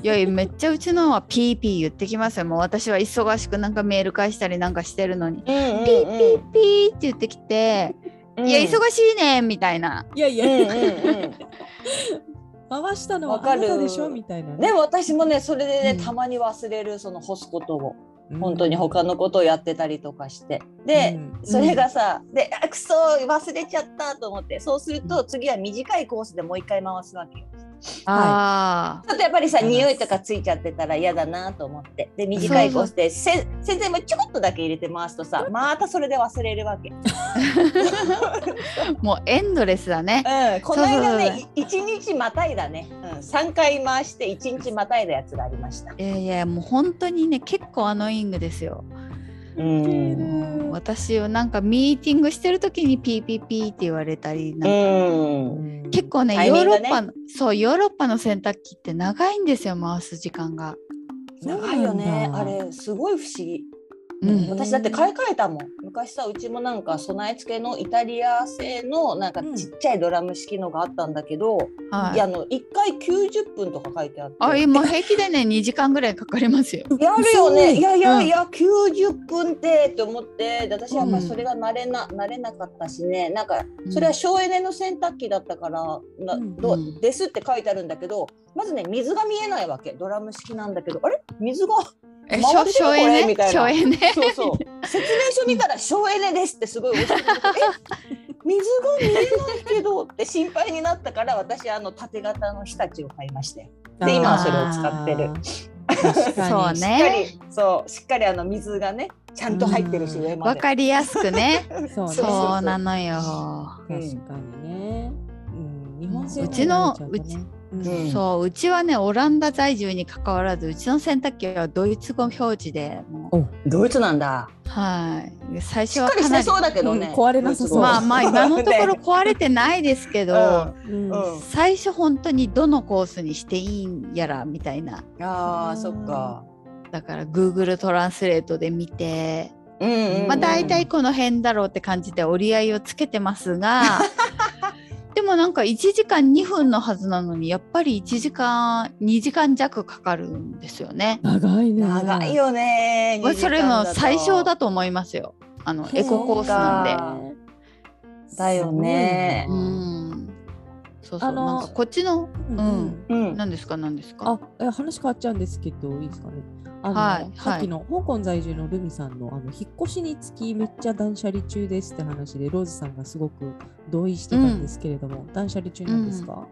Speaker 2: いやいやめっちゃうちのはピーピー言ってきますよもう私は忙しくなんかメール返したりなんかしてるのに
Speaker 3: ピー
Speaker 2: ピーピーピーって言ってきて「いや忙しいね」みたいない
Speaker 1: やいや、
Speaker 3: うんうんうん
Speaker 1: 回したのは
Speaker 3: わか
Speaker 1: あ
Speaker 3: る
Speaker 1: なたでしょみたいな、
Speaker 3: でも私もねそれでね、
Speaker 2: うん
Speaker 3: たまに忘れるその干すことを
Speaker 1: うん
Speaker 3: 本当に他のことをやってたりとかしてで、
Speaker 1: うん
Speaker 3: それがさであくそ忘れちゃったと思ってそうすると次は短いコースでもう一回回すわけよ。
Speaker 2: あ
Speaker 3: ちょっとやっぱりさ
Speaker 1: わかります
Speaker 3: 匂いとかついちゃってたら嫌だなと思ってで短いコースでせ洗剤もちょこっとだけ入れて回すとさまたそれで忘れるわけ。
Speaker 2: あもうエンドレスだね
Speaker 3: うん、この間
Speaker 2: そうそう
Speaker 3: ねい一日またいだね、うん、3回回して一日またいだやつがありました。
Speaker 2: いやいやもう本当にね結構アノイングですよ
Speaker 3: うん
Speaker 2: もう私はなんかミーティングしてる時にピーピーピーって言われたりなんか
Speaker 3: うん
Speaker 1: うん
Speaker 2: 結構ね
Speaker 3: タイ
Speaker 2: ヨ
Speaker 3: ミン
Speaker 2: ー
Speaker 3: グ
Speaker 2: ロ
Speaker 3: ね
Speaker 2: ッパのそうヨーロッパの洗濯機って長いんですよ回す時間が
Speaker 3: 長いよね
Speaker 1: そうな
Speaker 3: あ
Speaker 1: んだ
Speaker 3: れすごい不思議、
Speaker 2: うん
Speaker 3: 私だって買い替えたもん昔さうちもなんか備え付けのイタリア製のなんか
Speaker 1: うん
Speaker 3: ちっちゃいドラム式のがあったんだけど、
Speaker 2: はい
Speaker 3: いやあの1回90分とか書いてあって
Speaker 2: あ今平気でね2時間ぐらいかかります
Speaker 3: [laughs]
Speaker 2: よ
Speaker 3: やるよね
Speaker 1: 嘘
Speaker 3: いやいや
Speaker 2: うん
Speaker 3: いや、90分ってって思ってで私やっぱ
Speaker 2: うん
Speaker 3: りそれが慣れな、慣れなかったしねなんか
Speaker 2: うん
Speaker 3: それは省エネの洗濯機だったからな、
Speaker 1: うん
Speaker 2: う
Speaker 3: どうんですって書いてあるんだけどまずね水が見えないわけドラム式なんだけどあれ水が
Speaker 2: え
Speaker 3: 回ってる
Speaker 2: 省
Speaker 3: これ
Speaker 2: エ
Speaker 3: みた
Speaker 2: ネ
Speaker 3: いな
Speaker 2: 省エネ
Speaker 3: そうそう。 [laughs] 説明書見たら省エネですってすごい押してたけどえ、水が見えないけどって心配になったから私あの縦型の日立を買いまして。で今
Speaker 2: はそれを
Speaker 3: 使ってる
Speaker 1: 確
Speaker 2: そ
Speaker 1: か
Speaker 2: う
Speaker 1: に
Speaker 3: しっかり
Speaker 2: ね
Speaker 3: そうしっかりあの水がねちゃんと入ってるし
Speaker 1: うん
Speaker 3: 上ま
Speaker 2: わ
Speaker 3: で。
Speaker 2: かりやすくね
Speaker 1: そうね
Speaker 3: [laughs] そう
Speaker 2: そうなのよ
Speaker 1: 確かにね、うん、日本製
Speaker 2: うちのうち
Speaker 3: うん
Speaker 2: そううちはねオランダ在住に関わらずうちの洗濯機はドイツ語表示でもう
Speaker 3: ドイツなんだ。
Speaker 2: はい最初
Speaker 3: しっ
Speaker 2: は
Speaker 3: かり
Speaker 2: か
Speaker 3: し
Speaker 2: なり
Speaker 3: てそうだけどね。
Speaker 1: うん壊れなさそう
Speaker 2: まあまあ今のところ
Speaker 3: ね
Speaker 2: 壊れてないですけど、
Speaker 1: うん
Speaker 3: うんうん
Speaker 2: 最初本当にどのコースにしていいんやらみたいな
Speaker 3: ああ、そっか。
Speaker 2: だから Google トランスレートで見て、
Speaker 3: うんうんうん
Speaker 2: まあ大体この辺だろうって感じで折り合いをつけてます
Speaker 3: [laughs]
Speaker 2: がでもなんか1時間2分のはずなのにやっぱり1時間2時間弱かかるんですよね。
Speaker 1: 長いね。
Speaker 3: 長いよね。2時
Speaker 2: そ
Speaker 3: 間だ
Speaker 2: れ
Speaker 3: と
Speaker 2: も最小だと思いますよあの
Speaker 1: そうか。
Speaker 2: エココースなんで。
Speaker 3: だよね
Speaker 1: す
Speaker 2: う
Speaker 1: ごいな。
Speaker 2: んそうそう
Speaker 1: あの
Speaker 2: なんかこっちの
Speaker 1: うん
Speaker 2: うん
Speaker 3: うん。
Speaker 2: 何ですか何です
Speaker 1: あ
Speaker 2: か
Speaker 1: え話変わっちゃうんですけど、いいですかね。あの、
Speaker 2: はい
Speaker 1: さっきの香港在住のルミさんのあの引っ越しにつきめっちゃ断捨離中ですって話で、ローズさんがすごく同意してたんですけれども、断捨離中なんですか、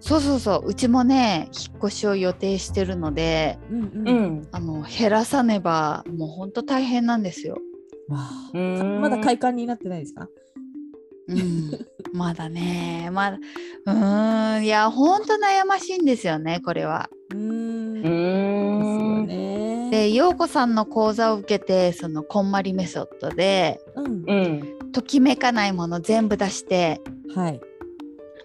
Speaker 2: そうそうそううちもね引っ越しを予定してるので
Speaker 1: うん、うん
Speaker 3: うん。
Speaker 2: あの減らさねばもうほんと大変なんですよ。
Speaker 1: わあ
Speaker 3: うん
Speaker 1: まだ快感になってないですか
Speaker 2: うん、まだねまだうーんいやほんと悩ましいんですよねこれは。
Speaker 1: うーん。で
Speaker 3: う
Speaker 1: すよ
Speaker 3: ん。
Speaker 1: ね。
Speaker 2: で陽子さんの講座を受けてそのこんまりメソッドで
Speaker 1: うん
Speaker 3: う。ん。
Speaker 2: ときめかないもの全部出して
Speaker 1: はい。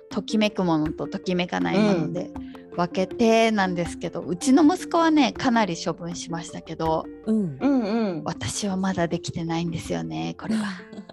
Speaker 2: ときめくものとときめかないもので分けてなんですけど、うちの息子はねかなり処分しましたけど
Speaker 1: うん
Speaker 3: う。ん。
Speaker 2: 私はまだできてないんですよねこれは。
Speaker 3: うん。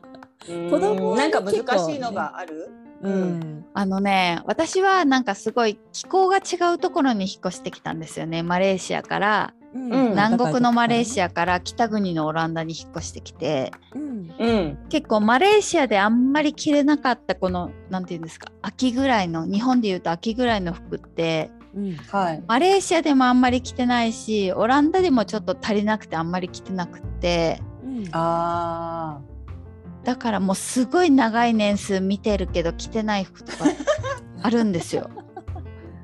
Speaker 1: 子供は
Speaker 3: なんか
Speaker 1: 結構
Speaker 3: 難しいのがある。
Speaker 1: うん。
Speaker 2: あのね私はなんかすごい気候が違うところに引っ越してきたんですよねマレーシアから
Speaker 3: うん
Speaker 2: 南国のマレーシ
Speaker 1: ア。
Speaker 2: アから北国のオランダに引っ越してきて
Speaker 1: うん。
Speaker 3: うん。
Speaker 2: 結構マレーシアであんまり着れなかったこの何て言うんですか秋ぐらいの日本でいうと秋ぐらいの服って
Speaker 1: うん。
Speaker 3: はい。
Speaker 2: マレーシアでもあんまり着てないしオランダでもちょっと足りなくてあんまり着てなくて
Speaker 1: うん
Speaker 3: あ
Speaker 2: だからもうすごい長い年数見てるけど着てない服とかあるんですよ。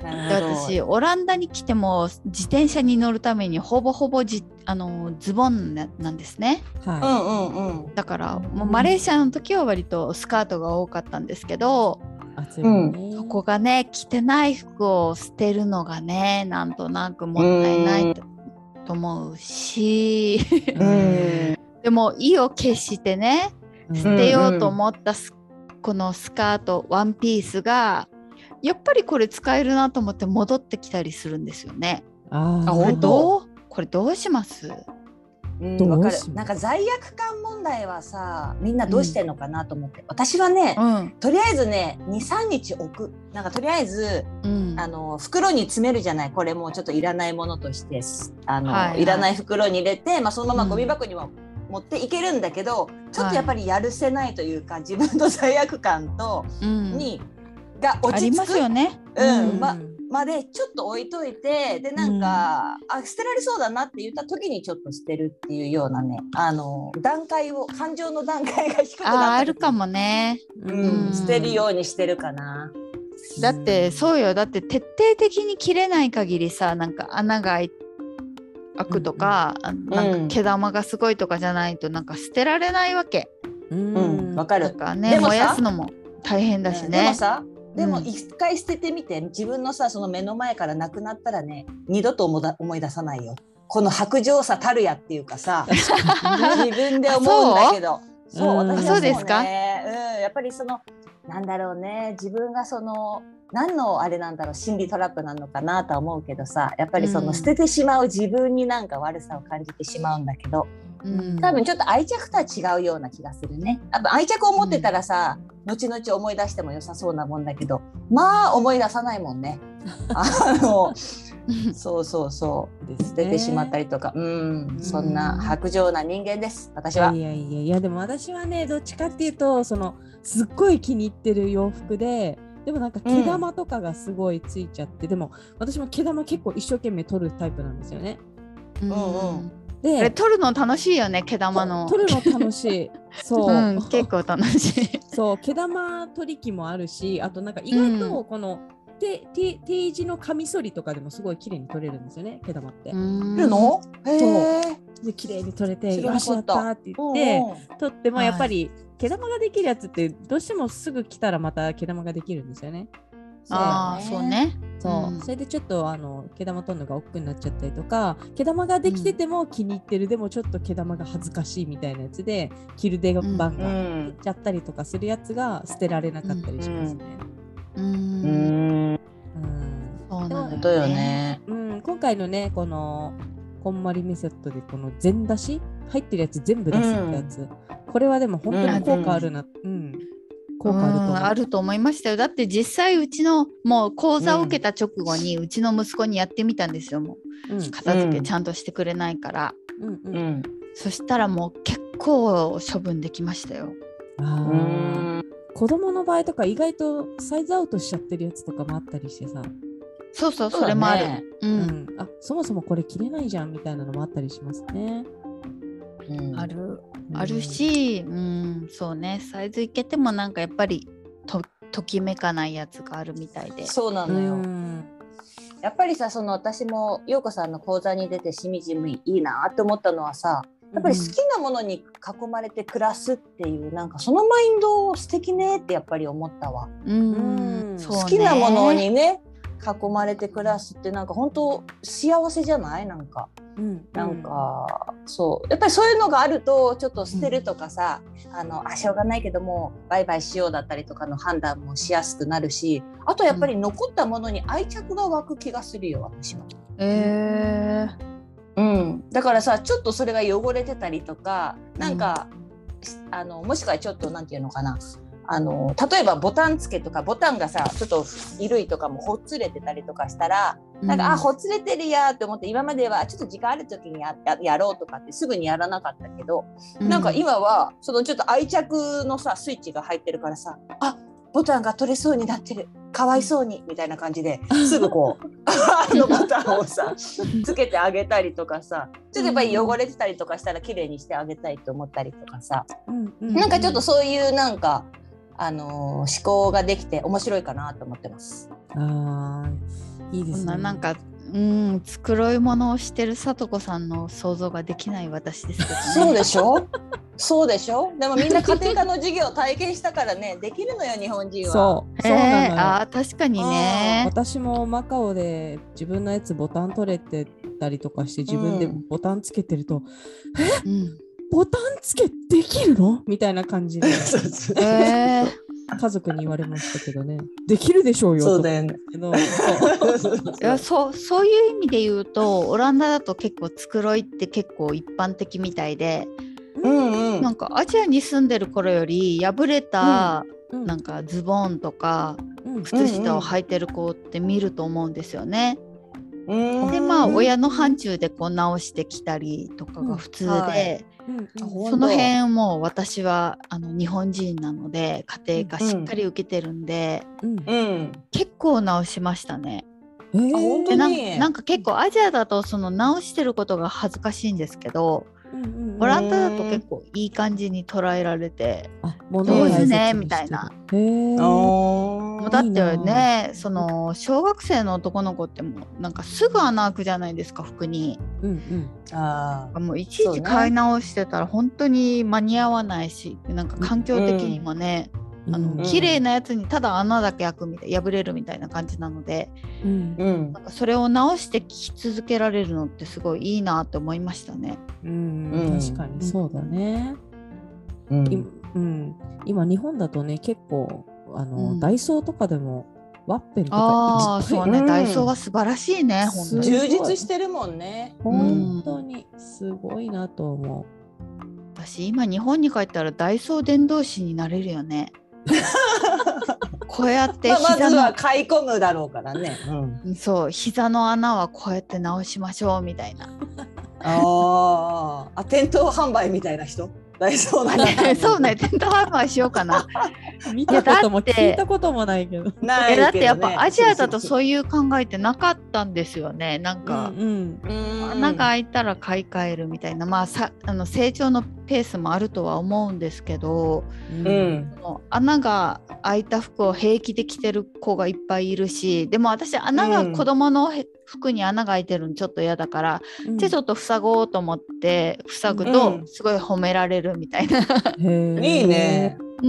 Speaker 3: あ。な
Speaker 2: で
Speaker 3: るほど
Speaker 2: 私オランダに来ても自転車に乗るためにほぼほぼじあのズボンななんですね
Speaker 3: う
Speaker 1: は
Speaker 3: んうんうん。
Speaker 2: だからもう
Speaker 1: うん
Speaker 2: マレーシアの時は割とスカートが多かったんですけど
Speaker 1: い。暑いもんね。
Speaker 2: そこがね着てない服を捨てるのがねなんとなくもったいないとと思うし [laughs]
Speaker 3: うん。
Speaker 2: でも意を決してね
Speaker 1: うん
Speaker 2: 捨てようと思ったスこのスカートワンピースがやっぱりこれ使えるなと思って戻ってきたりするんですよね。
Speaker 1: あ
Speaker 3: あ
Speaker 2: これ
Speaker 3: 本当
Speaker 2: どうこれどうします
Speaker 3: うん、
Speaker 1: どう
Speaker 3: わか
Speaker 1: します
Speaker 3: る。なんか罪悪感問題はさ、みんなどうしてんのかなと思って。私はね、
Speaker 2: ん、
Speaker 3: とりあえずね、2、3日置く。なんかとりあえず、
Speaker 2: うん、
Speaker 3: あの、袋に詰めるじゃない。これもうちょっといらないものとして、すあの、
Speaker 2: はい
Speaker 3: い
Speaker 2: はい
Speaker 3: らない袋に入れて、まあそのまま
Speaker 2: うん
Speaker 3: ゴミ箱にも持っていけるんだけど、ちょっとやっぱりやるせないというか、自分の罪悪感と、
Speaker 2: うん
Speaker 3: に、が落
Speaker 2: あ
Speaker 3: ち
Speaker 2: り
Speaker 3: 着
Speaker 2: ますよ
Speaker 3: く
Speaker 2: ね。
Speaker 3: うん
Speaker 1: うん
Speaker 3: ままでちょっと置いといて、で、なんか、あ、捨てられそうだなって言った時にちょっと捨てるっていうようなね、あの、段階を、感情の段階が低くなった時に
Speaker 2: あーあるか。もね。
Speaker 3: う、
Speaker 2: うんん
Speaker 3: 捨てるようにしてるかな。
Speaker 2: だってそうよだって徹底的に切れない限りさなんか穴が開い開くとか、あなんか毛玉がすごいとかじゃないとなんか捨てられないわけ。
Speaker 1: う
Speaker 3: うん、
Speaker 1: ん。 [laughs]
Speaker 3: わか
Speaker 2: な
Speaker 3: る
Speaker 2: ん。か
Speaker 3: で
Speaker 2: ね
Speaker 3: もさ
Speaker 2: 燃やすのも大変だし
Speaker 3: うんでも
Speaker 2: ね。
Speaker 3: さ、でも
Speaker 2: うん
Speaker 3: 一回捨ててみて、自分のさ、その目の前からなくなったらね、二度と思だ思い出さないよ。この白状さたるやっていう
Speaker 2: [laughs]
Speaker 3: かさ、自分で思うんだけど。そ
Speaker 1: う
Speaker 3: う
Speaker 1: ん
Speaker 3: 私は
Speaker 1: あそう
Speaker 2: ですか
Speaker 3: うねうん、やっぱりその、なんだろうね、自分がその、何のあれなんだろう心理トラップなのかなとは思うけどさやっぱりそうの
Speaker 2: ん
Speaker 3: 捨ててしまう自分になんか悪さを感じてしまうんだけど、
Speaker 2: うん
Speaker 3: 多分ちょっと愛着とは違うような気がするね。やっぱ愛着を持ってたらさ、後々思い出しても良さそうなもんだけど、まあ思い出さないもんね。あの、そうそうそう。捨ててしまった
Speaker 1: り。
Speaker 3: りとか、うん、そん
Speaker 1: うん
Speaker 3: な薄情な人間です。私
Speaker 1: いや
Speaker 3: は。
Speaker 1: いやいやいやでも私はねどっちかっていうとそのすっごい気に入ってる洋服ででもなんか毛玉とかがすごいついちゃって、でも私も毛玉結構一生懸命取るタイプなんですよね。
Speaker 2: うん
Speaker 3: うんう
Speaker 2: あれ
Speaker 1: で
Speaker 2: 取るの楽しいよね毛玉の。
Speaker 1: 取るの楽し
Speaker 3: [laughs]
Speaker 1: い。そう、
Speaker 2: うん結構楽しい。
Speaker 1: そう毛玉取り機もあるしあとなんか意外とこの、てて定時のカミソリとかでもすごい綺麗に取れるんですよね毛玉って。
Speaker 2: い
Speaker 3: いるの？へえ。
Speaker 1: で綺麗に取れて「
Speaker 3: 知ら
Speaker 1: よ
Speaker 3: な
Speaker 1: しや
Speaker 3: か
Speaker 1: っ
Speaker 3: った
Speaker 1: た」って言
Speaker 3: う
Speaker 1: っ
Speaker 3: ん
Speaker 1: て。
Speaker 3: うん
Speaker 1: とっても
Speaker 2: はい
Speaker 1: やっぱり毛玉ができるやつってどうしてもすぐ来たらまた毛玉ができるんですよね。
Speaker 2: ああそう。ね
Speaker 1: そう、
Speaker 2: うん
Speaker 1: それでちょっとあの毛玉取るのが億劫になっちゃったりとか毛玉ができてても気に入ってる、でもちょっと毛玉が恥ずかしいみたいなやつでキルデ版が
Speaker 3: う
Speaker 1: 減っ
Speaker 3: ん。
Speaker 1: ちゃったりとかするやつが捨てられなかったりしますね。
Speaker 2: う
Speaker 3: うんん。
Speaker 1: うん
Speaker 2: そうなんだ
Speaker 3: 本当よね。
Speaker 1: うん、今回のねこのこんまりメソッドでこの全出し入ってるやつ全部出すってやつ、これはでも本当に効果あるな、うん効果あると思う、
Speaker 2: うんあると思いましたよだって実際うちのもう講座を受けた直後に、うちの息子にやってみたんですよも
Speaker 1: うん
Speaker 2: う片付
Speaker 3: う
Speaker 2: け
Speaker 3: ん
Speaker 2: ちゃんとしてくれないから、
Speaker 1: うんう
Speaker 3: うんん。
Speaker 2: そしたらもう結構処分できましたよ
Speaker 1: あ
Speaker 3: う
Speaker 1: ー
Speaker 3: ん。
Speaker 1: 子供の場合とか意外とサイズアウトしちゃってるやつとかもあったりしてさ、
Speaker 2: そうそうそれもあるう,、、
Speaker 3: る。
Speaker 1: うんあそもそもこれ着れないじゃんみたいなのもあったりしますね。
Speaker 3: うん
Speaker 2: あ。るあるし、うん、そうね、サイズいけてもなんかやっぱりとときめかないやつがあるみたいで。
Speaker 3: そうな
Speaker 1: う
Speaker 3: のよ。
Speaker 1: ん、
Speaker 3: やっぱりさ、その私も陽子さんの講座に出てしみじみいいなって思ったのはさ、やっぱり好きなものに囲まれて暮らすっていうなんかそのマインド素敵ねってやっぱり思ったわ。
Speaker 2: うん、
Speaker 1: うん
Speaker 2: そうね
Speaker 3: 好きなものにね囲まれて暮らすってなんか本当幸せじゃないなんか
Speaker 1: うん、
Speaker 3: なんか、そうやっぱりそういうのがあるとちょっと捨てるとかさ、あのあしょうがないけどもうバイバイしようだったりとかの判断もしやすくなるしあとやっぱり残ったものに愛着が湧く気がするよ私は。
Speaker 2: えー
Speaker 3: うん、だからさちょっとそれが汚れてたりとかなんか、しあのもしくはちょっとなんていうのかなあの例えばボタンつけとかボタンがさちょっと衣類とかもほつれてたりとかしたらなんか、あほつれてるやーって思って今まではちょっと時間ある時にやややろうとかってすぐにやらなかったけど、
Speaker 2: う
Speaker 3: なんか、今はそのちょっと愛着のさスイッチが入ってるからさあボタンが取れそうになってるかわいそうにみたいな感じ [laughs] ですぐこうあのボタンを [laughs] さつけてあげたりとかさちょっとやっぱり汚れてたりとかしたら綺麗にしてあげたいと思ったりとかさ
Speaker 1: うんう
Speaker 3: なんかちょっとそういうなんか、あのー思考ができて面白いかなと思ってます。
Speaker 1: あーいいで
Speaker 2: そ
Speaker 1: す
Speaker 2: ん
Speaker 1: ね。
Speaker 2: ななんか、うん、繕い物をしてるさとこさんの想像ができない私ですけど、ね。
Speaker 3: そうでしょ [laughs] そうでしょでもみんな家庭科の授業を体験したからねできるのよ日本人は。
Speaker 1: そう、そうな
Speaker 2: えー
Speaker 1: のよ。
Speaker 2: あー確かにね。
Speaker 1: 私もマカオで自分のやつボタン取れてたりとかして自分で
Speaker 3: うん
Speaker 1: ボタンつけてると、
Speaker 2: うん、
Speaker 1: ボタンつけできるのみたいな感じで
Speaker 3: [laughs] そうそう
Speaker 2: えー
Speaker 1: 家族に言われましたけどねできるでしょうよ
Speaker 3: そうだよね。
Speaker 1: とか言
Speaker 3: [laughs]
Speaker 1: ってけど
Speaker 2: いやそうそういう意味で言うとオランダだと結構繕いって結構一般的みたいで
Speaker 3: うんう。
Speaker 2: なんんかアジアに住んでる頃より破れた
Speaker 1: うん
Speaker 2: なんかズボンとか
Speaker 1: うん
Speaker 2: 靴下を履いてる子って見ると思うんですよね。
Speaker 3: うん
Speaker 2: でまあ親の範疇でこう直してきたりとかが普通
Speaker 3: うんは
Speaker 2: で
Speaker 3: い、
Speaker 1: うんうん
Speaker 3: ほ
Speaker 2: その辺もう私はあの日本人なので家庭科しっかり受けてるんで、
Speaker 1: うん
Speaker 3: うん。
Speaker 2: 結構直しましたね。
Speaker 1: えー
Speaker 3: あ本
Speaker 2: で
Speaker 3: 当に
Speaker 2: なんかなんか結構アジアだとその直してることが恥ずかしいんですけど
Speaker 1: うんうんうん
Speaker 2: オランダだと結構いい感じに捉えられて
Speaker 1: あ物を大切にして
Speaker 2: 上手ね
Speaker 1: る
Speaker 2: みたいな
Speaker 1: へー
Speaker 2: もう
Speaker 3: あ
Speaker 2: だっ
Speaker 1: い
Speaker 2: て
Speaker 1: いな
Speaker 2: ねその小学生の男の子ってもうなんかすぐ穴開くじゃないですか服に
Speaker 1: うんうん
Speaker 3: あー。
Speaker 2: もういちい
Speaker 3: そう
Speaker 2: ち
Speaker 3: ね
Speaker 2: 買い直してたら本当に間に合わないしなんか環境的にもね、あ
Speaker 1: うん
Speaker 2: の綺麗なやつにただ穴だけ開くみたい破れるみたいな感じなので
Speaker 1: うん
Speaker 3: うん
Speaker 2: な。んかそれを直して聞き続けられるのってすごいいいなって思いましたね。
Speaker 1: うん
Speaker 3: うん
Speaker 1: 確かにそうだね
Speaker 3: うん
Speaker 1: いうん、今日本だとね結構あの、
Speaker 2: うん
Speaker 1: ダイソーとかでもワッペンと
Speaker 2: あ
Speaker 1: か
Speaker 2: あ
Speaker 1: いっぱ
Speaker 2: そう
Speaker 1: い
Speaker 2: ね、
Speaker 3: うん
Speaker 2: ダイソーは素晴らしいね
Speaker 1: す
Speaker 2: 本当
Speaker 1: ごい
Speaker 2: に
Speaker 3: 充実してるもんね。
Speaker 1: 本当にすごいなと思
Speaker 2: 私今日本に帰ったらダイソー伝道師になれるよね [laughs] こうやって
Speaker 3: まあま
Speaker 2: 膝
Speaker 3: ず
Speaker 2: の、
Speaker 3: は買い込むだろうからね。
Speaker 2: [laughs]
Speaker 3: うん。
Speaker 2: そう膝の穴はこうやって直しましょうみたい [laughs] な
Speaker 3: あーあ。店頭販売みたいな人。大そうな
Speaker 2: [laughs] そうねテントハーフはしようかな
Speaker 1: う見たことも
Speaker 2: いやだって
Speaker 1: 聞いたこともないけど
Speaker 3: ない
Speaker 2: や
Speaker 3: いけどね
Speaker 2: だってやっぱアジアだと
Speaker 3: う
Speaker 2: そういう考えってなかったんですよねなんか
Speaker 1: うん、うん
Speaker 3: そうそう。
Speaker 2: 穴が開いたら買い替えるみたいなまあさあの成長のペースもあるとは思うんですけど
Speaker 1: うん
Speaker 3: うん。
Speaker 2: もう穴が開いた服を平気で着てる子がいっぱいいるしでも私穴が、
Speaker 3: うん
Speaker 2: 子供のへ服に穴が開いてるのちょっと嫌だから、手ちょっと塞ごうと思って塞ぐと、
Speaker 3: うん
Speaker 2: すごい褒められるみたいな、
Speaker 1: へー
Speaker 3: いいね。
Speaker 2: うん、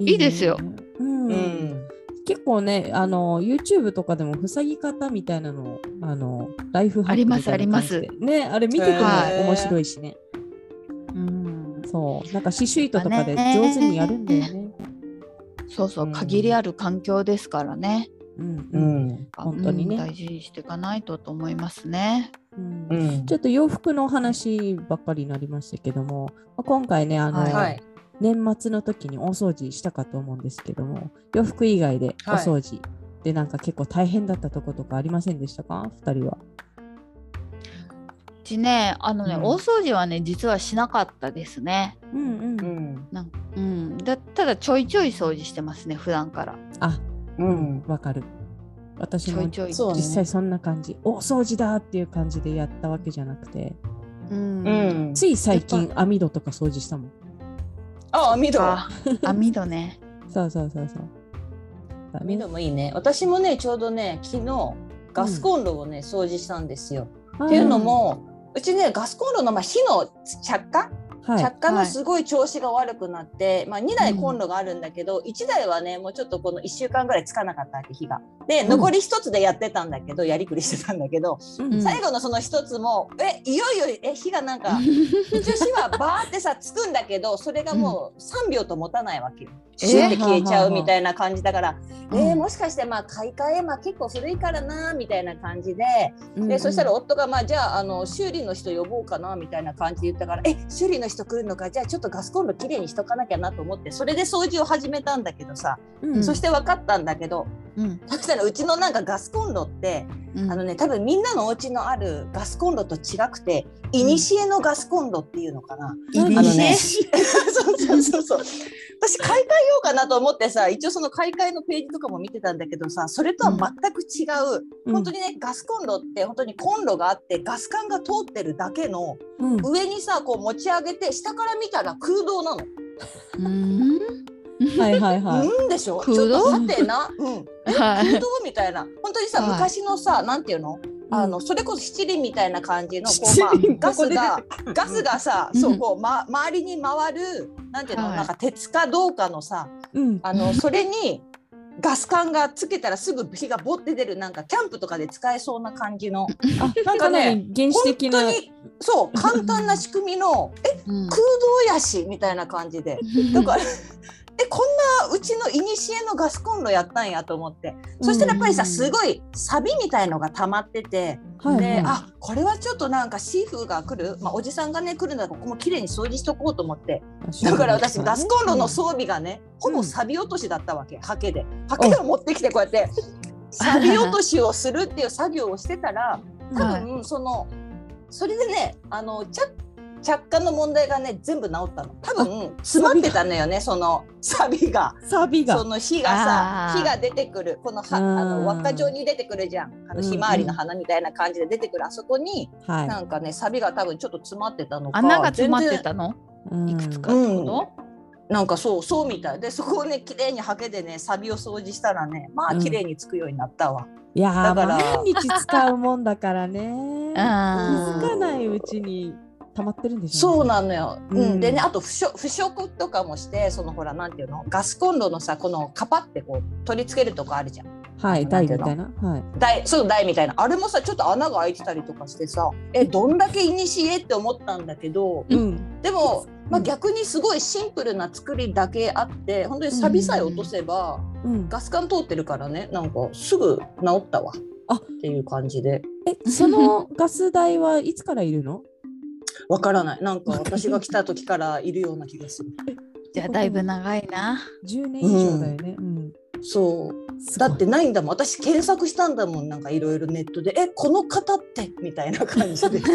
Speaker 2: いいですよ
Speaker 1: うん
Speaker 3: うん。
Speaker 1: 結構ね、あの YouTube とかでも塞ぎ方みたいなのをあのライフハックみたいな感じで
Speaker 2: ありますあり
Speaker 1: ね、あれ見てても
Speaker 3: はい
Speaker 1: 面白いしね。
Speaker 2: うん、
Speaker 1: そう、なんか刺繍糸とかで
Speaker 2: まあね
Speaker 1: 上手にやるんだよね。
Speaker 2: そうそうう、
Speaker 1: ん
Speaker 2: 限りある環境ですからね。
Speaker 1: うん、
Speaker 3: う
Speaker 1: うん、
Speaker 3: ん。
Speaker 1: 本当にね
Speaker 2: うん大事にしていかないとと思いますね。
Speaker 1: うん
Speaker 3: うん
Speaker 1: ちょっと洋服の話ばっかりになりましたけども、まあ今回ね、あの、
Speaker 2: はい
Speaker 3: はい。
Speaker 1: 年末の時に大掃除したかと思うんですけども、洋服以外でお
Speaker 3: はい
Speaker 1: 掃除でなんか結構大変だったとことかありませんでしたか、二人は。
Speaker 2: うちね、あのね、
Speaker 1: うん
Speaker 2: 大掃除はね、実はしなかったですね。
Speaker 1: うんうん
Speaker 3: う。ん。
Speaker 2: なんうん、だただちょいちょい掃除してますね、普段から。
Speaker 1: あ、
Speaker 3: うん。
Speaker 1: わかる。私
Speaker 2: ちょ
Speaker 1: も
Speaker 2: いちょい。
Speaker 3: そうね
Speaker 1: 実際そんな感じ、お掃除だっていう感じでやったわけじゃなくて、
Speaker 2: うん。
Speaker 3: うん。
Speaker 1: つい最近網戸とか掃除したもん。
Speaker 3: あ、網戸。
Speaker 2: あ、網戸
Speaker 3: [laughs]
Speaker 2: ね。
Speaker 1: そうそうそうそう。
Speaker 3: 網戸もいいね。私もね、ちょうどね、昨日ガスコンロをね、掃除したんですよ。
Speaker 1: っ
Speaker 3: っていうの、も、うちね、ガスコンロの、まあ、火の着火
Speaker 1: はい、
Speaker 3: 着火のすごい調子が悪くなって、まあ、2台コンロがあるんだけど、1台はねもうちょっとこの1週間ぐらいつかなかったわけ火が。で
Speaker 1: うん
Speaker 3: 残り1つでやってたんだけど、やりくりしてたんだけど、
Speaker 1: うん
Speaker 2: うん
Speaker 3: 最後のその1つもえいよいよえ火がなんか一応火はバーってさつくんだけどそれがもう3秒と持たないわけよ。
Speaker 2: えー
Speaker 3: シュッて消えちゃうみたいな感じだから、
Speaker 2: うん
Speaker 3: えーもしかしてまあ買い替え、まあ、結構古いからなみたいな感じで。
Speaker 1: うん
Speaker 3: でそしたら、夫が、まあ、じゃああの修理の人呼ぼうかなみたいな感じで言ったからえ修理の人来るのかじゃあちょっとガスコンロきれいにしとかなきゃなと思ってそれで掃除を始めたんだけどさ、
Speaker 1: うん
Speaker 3: そして分かったんだけど
Speaker 2: うん。
Speaker 3: そしたらうちのなんかガスコンロって
Speaker 2: うん
Speaker 3: あのね多分みんなのお家のあるガスコンロと違くていにしえのガスコンロっていうのかな。
Speaker 1: あ
Speaker 2: い
Speaker 1: の
Speaker 2: い
Speaker 3: あの
Speaker 2: ね
Speaker 3: ねそうそうそうそう私買い替えようかなと思ってさ一応その買い替えのページとかも見てたんだけどさそれとは全く違う、
Speaker 1: うん
Speaker 3: 本当にねガスコンロって本当にコンロがあってガス管が通ってるだけの
Speaker 1: うん
Speaker 3: 上にさこう持ち上げて下から見たら空洞なの。
Speaker 2: うん。
Speaker 1: はいはいはい。
Speaker 3: うんでしょ
Speaker 2: 空
Speaker 3: ちょ
Speaker 2: 洞
Speaker 3: っとさてな、うん、
Speaker 2: は
Speaker 3: 空
Speaker 2: い。
Speaker 3: 洞みたいな本当にさ
Speaker 2: はい
Speaker 3: 昔のさなんていうの
Speaker 1: [laughs]
Speaker 3: あのそれこそ七輪みたいな感じのこう、まあ
Speaker 1: 七輪、
Speaker 3: ガス
Speaker 1: こ
Speaker 3: が
Speaker 1: こ
Speaker 3: ガスがさ
Speaker 2: うん
Speaker 3: そうこう、ま、周りに回るなんていうの、
Speaker 2: はい
Speaker 3: なんか鉄か銅かのさ
Speaker 1: うん、
Speaker 3: あのそれにガス管がつけたらすぐ火がぼって出るなんかキャンプとかで使えそうな感じの。
Speaker 1: あ
Speaker 3: なんか
Speaker 1: かな
Speaker 3: ね
Speaker 1: り原始
Speaker 3: 本
Speaker 1: 的な
Speaker 3: 当にそう簡単な仕組みのえ
Speaker 2: うん
Speaker 3: 空洞やしみたいな感じでだからえこんなうちのいにしえのガスコンロやったんやと思ってそしたらやっぱりさ
Speaker 2: うん
Speaker 3: すごいサビみたいのが溜まってて
Speaker 1: はいはい
Speaker 3: であこれはちょっとなんかシーフーが来る、まあ、おじさんがね来るんだからここも綺麗に掃除しとこうと思ってだから私ガスコンロの装備がねほぼサビ落としだったわけハケでハケを持ってきてこうやってサビ落としをするっていう作業をしてたら。多分、そのそれでねあの着着火の問題がね全部治ったの多分詰まってたのよねそのサビが
Speaker 1: サビが
Speaker 3: その火がさ
Speaker 2: あー
Speaker 3: 火が出てくるこのはあ
Speaker 1: うん
Speaker 3: の輪っか状に出てくるじゃんあの
Speaker 1: うん
Speaker 3: ひまわりの花みたいな感じで出てくるあそこに
Speaker 1: は
Speaker 3: なんかねサビが多分ちょっと詰まってたのか
Speaker 2: 穴が詰まって
Speaker 3: 全然
Speaker 2: たの
Speaker 1: い、うん
Speaker 2: いくつかってこ
Speaker 3: なんかそうそうみたいでそこをね綺麗にハケでねサビを掃除したらねまあ
Speaker 1: うん
Speaker 3: 綺麗につくようになったわ、
Speaker 1: いやー
Speaker 3: だから
Speaker 1: 毎日使うもんだから
Speaker 3: [laughs]
Speaker 1: ね
Speaker 2: と
Speaker 1: 気
Speaker 2: あ
Speaker 1: づかないうちに溜まってるんでしょ
Speaker 3: そう
Speaker 1: ね
Speaker 3: なのよ、
Speaker 1: う
Speaker 3: うんんでねあと腐食腐食とかもしてそのほらなんていうのガスコンロのさこのカパってこう取り付けるとこあるじゃん
Speaker 1: はい
Speaker 3: な
Speaker 1: 台
Speaker 3: ん
Speaker 1: み
Speaker 3: ていうの
Speaker 1: たいなはい
Speaker 3: 台そう台みたいなあれもさちょっと穴が開いてたりとかしてさえどんだけいにしえって思ったんだけど
Speaker 1: うん
Speaker 3: でも、ま
Speaker 1: う
Speaker 3: あ、
Speaker 1: ん
Speaker 3: 逆にすごいシンプルな作りだけあって本当にサビさえ落とせば、
Speaker 1: うん
Speaker 3: ガス管通ってるからねなんかすぐ治ったわ
Speaker 1: あ
Speaker 3: っていう感じで
Speaker 1: えそのガス代はいつからいるの
Speaker 3: わからないなんか私が来た時からいるような気がする
Speaker 2: じゃあだいぶ長い
Speaker 3: [laughs]
Speaker 2: な。
Speaker 1: 10年以上だよね、うん
Speaker 3: そう
Speaker 1: すご
Speaker 3: だ
Speaker 1: い
Speaker 3: ってないんだもん私検索したんだもんなんかいろいろネットで「えこの方って」みたいな感じでさ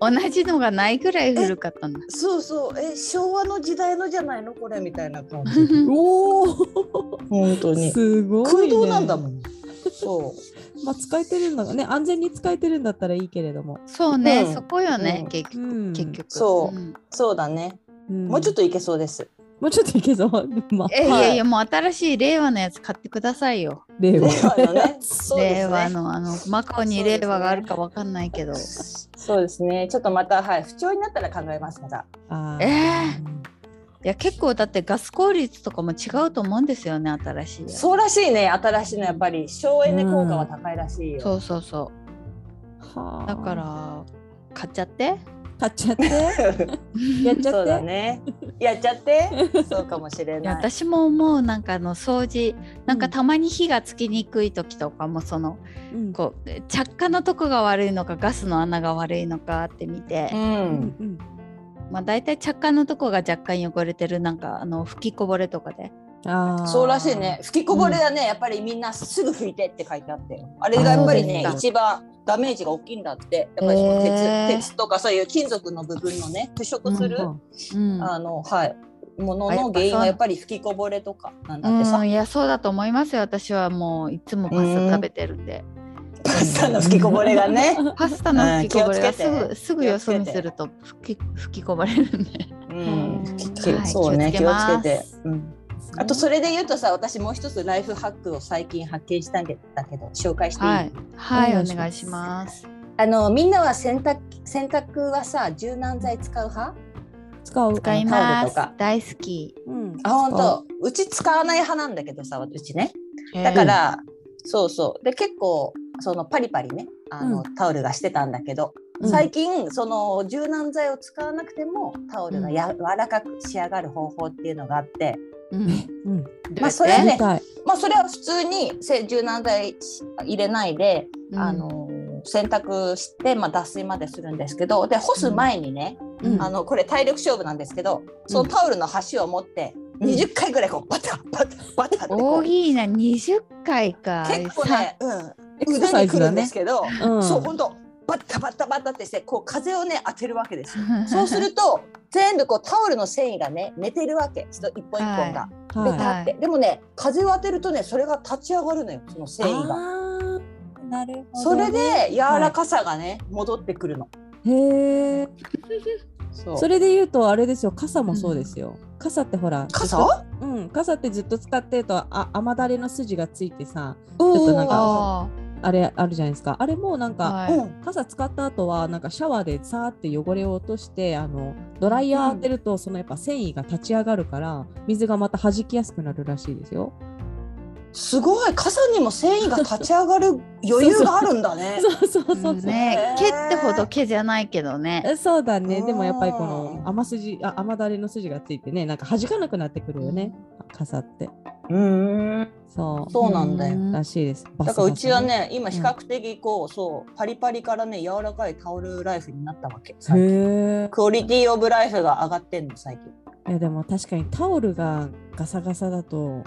Speaker 2: 同じのがないぐらい古かったんだ。
Speaker 3: そうそう「え昭和の時代のじゃないのこれ」みたいな感じ
Speaker 1: [laughs] おお
Speaker 3: 本当に
Speaker 1: すごい、ね、
Speaker 3: 空洞なんだもんそ
Speaker 1: まあ使えてるんだがね安全に使えてるんだったらいいけれども、
Speaker 2: そうね、
Speaker 3: うん
Speaker 2: そこよね、
Speaker 3: うん
Speaker 2: 結
Speaker 1: う
Speaker 2: 局。
Speaker 1: ん、
Speaker 2: 結局
Speaker 3: そうんうそうだね
Speaker 1: うん、
Speaker 3: もうちょっといけそうです
Speaker 1: もうちょっといけそう [laughs] まあ
Speaker 2: えい
Speaker 3: はい
Speaker 2: やいやもう新しい令和のやつ買ってくださいよ。
Speaker 1: 令
Speaker 3: 令
Speaker 1: 和
Speaker 3: 和のねそうで
Speaker 2: 令
Speaker 3: す
Speaker 2: 和
Speaker 3: ね
Speaker 2: のあのマカオに令和があるかわかんないけど。
Speaker 3: そうですねちょっとまたはい不調になったら考えますまた
Speaker 1: あー
Speaker 2: えいや結構だってガス効率とかも違うと思うんですよね新しいやつ
Speaker 3: そうらしいね新しいのやっぱり省エネ効果は高いらしいよ、
Speaker 2: そうそうそ
Speaker 1: はあ
Speaker 2: うだから買っちゃって
Speaker 1: 買っちゃってや
Speaker 3: [laughs]
Speaker 1: っちゃ
Speaker 3: そ
Speaker 1: っ
Speaker 3: う
Speaker 1: て
Speaker 3: だねやっちゃってそうかもしれ
Speaker 2: いや
Speaker 3: ない
Speaker 2: 私も思うなんかあの掃除なん
Speaker 1: う
Speaker 2: か
Speaker 1: ん
Speaker 2: たまに火がつきにくい時とかもその
Speaker 1: うん
Speaker 2: こう着火のとこが悪いのかガスの穴が悪いのかって見て、
Speaker 1: うんん
Speaker 2: まあ大体着火のとこが若干汚れてるなんかあの吹きこぼれとかで
Speaker 1: うんあー
Speaker 3: そうらしいね吹きこぼれだね、やっぱりみんなすぐ拭いてって書いてあってあれがやっぱりね
Speaker 2: あそうです
Speaker 3: 一番ダメージが大きいんだってやっぱりその鉄,、
Speaker 2: へー
Speaker 3: 鉄とかそういう金属の部分のね腐食する、
Speaker 1: うん
Speaker 2: うん、
Speaker 3: あのはいもの
Speaker 2: あやっ
Speaker 3: の
Speaker 2: ぱ
Speaker 3: 原因
Speaker 2: そう
Speaker 3: はやっぱり吹きこぼれとかなんだってさ、
Speaker 2: うん、いやそうだと思いますよ私はもういつもパスタ食べてるんで、
Speaker 3: パスタの吹きこぼれがね、
Speaker 2: パスタの吹きこぼれ
Speaker 3: う
Speaker 2: が
Speaker 3: ん
Speaker 2: す
Speaker 3: 気をつけて
Speaker 2: ぐすぐよそ見すると吹き吹きこぼれるんで、
Speaker 3: う
Speaker 1: う
Speaker 3: ん
Speaker 1: ん
Speaker 3: きき
Speaker 2: はい
Speaker 3: そうね気
Speaker 2: 気
Speaker 3: を
Speaker 2: を
Speaker 3: つ
Speaker 2: つ
Speaker 3: け
Speaker 2: け
Speaker 3: て
Speaker 2: て、
Speaker 3: うん、あとそれで言うとさ私もう一つライフハックを最近発見したんだけど紹介していい、
Speaker 2: はいはい
Speaker 1: お願
Speaker 2: お
Speaker 1: いします
Speaker 2: 願いします
Speaker 3: あのみんなは洗濯洗濯はさ柔軟剤使う派
Speaker 1: 使う
Speaker 2: 使い
Speaker 3: タオ
Speaker 2: ま
Speaker 3: ルと
Speaker 2: す
Speaker 3: か
Speaker 2: 大好き
Speaker 1: うん
Speaker 3: あ本当うち使わない派なんだけどさうちねだ
Speaker 2: だ
Speaker 3: から、そうそうで結構そのパリパリねあの、
Speaker 1: う
Speaker 3: タオルがしてたんだけど、
Speaker 1: うん
Speaker 3: 最近その柔軟剤を使わなくてもタオルがや柔らかく仕上がる方法っていうのがあって、
Speaker 2: うん
Speaker 1: うん
Speaker 3: まあそれは
Speaker 1: 知
Speaker 3: ね
Speaker 1: りたい
Speaker 3: まあ、それは普通にせ柔軟剤し入れないで、あの洗濯して、まあ、脱水までするんですけどで干す前にね、
Speaker 1: うん
Speaker 3: あのこれ体力勝負なんですけどそのタオルの端を持って
Speaker 1: うん
Speaker 3: 20回ぐらいこうバタバタバタってこ
Speaker 2: 大
Speaker 3: う
Speaker 2: きいな20回か
Speaker 3: 結構ね、う
Speaker 1: エ
Speaker 3: ん、
Speaker 1: クササ
Speaker 3: 腕
Speaker 1: イ
Speaker 3: にく
Speaker 1: ズ
Speaker 3: る
Speaker 1: だ
Speaker 3: んで
Speaker 1: ね
Speaker 3: すけど、
Speaker 1: うん
Speaker 3: そう本当バタバタバタってしてこう風をね当てるわけですよ。
Speaker 2: さ
Speaker 3: そうすると全部こうタオルの繊維がね寝てるわけ一一本一本が。で
Speaker 1: はい
Speaker 2: は
Speaker 3: 立って、でもね風を当てるとねそれが立ち上がるのよその繊維が。
Speaker 1: あーなるほ
Speaker 3: そ
Speaker 1: ど
Speaker 3: れ
Speaker 1: ね
Speaker 3: で柔らかさがね、戻ってくるの。
Speaker 1: へえ
Speaker 3: そ
Speaker 1: それで言うとあれですよ傘もそうですよ傘ってほらずっ
Speaker 3: 傘？
Speaker 1: とうん傘ってずっと使ってるとあ雨だれの筋がついてさ
Speaker 3: ちょ
Speaker 1: っとなんか
Speaker 2: あ
Speaker 1: あれあるじゃないですかあれもなん
Speaker 2: ー
Speaker 1: か、
Speaker 2: は
Speaker 3: う
Speaker 2: い
Speaker 3: ん。
Speaker 1: 傘使った後はなんかシャワーでさーって汚れを落としてあのドライヤー当てるとそのやっぱ繊維が立ち上がるから水がまた弾きやすくなるらしいですよ。
Speaker 3: すごい傘にも繊維が立ち上がる余裕があるんだね。
Speaker 1: [laughs] そうそうそうそう。
Speaker 2: ね
Speaker 3: へ
Speaker 2: 毛
Speaker 3: ー
Speaker 2: ってほど毛じゃないけどね
Speaker 1: えそうだね。でもやっぱりこ
Speaker 3: う
Speaker 1: の
Speaker 3: ん
Speaker 1: 雨筋あ雨だれの筋がついてねなんか弾かなくなってくるよね傘って。
Speaker 3: うん。
Speaker 1: そう。
Speaker 3: そうなんだよ
Speaker 2: ん
Speaker 1: らしいです。
Speaker 3: だからうちは
Speaker 1: バス
Speaker 3: ね今比較的こう、そうパリパリからね柔らかいタオルライフになったわけ。
Speaker 1: バスね。へえ。
Speaker 3: クオリティオブライフが上がってんの最
Speaker 1: [laughs]
Speaker 3: 近。
Speaker 1: いやでも確かにタオルがガサガサだと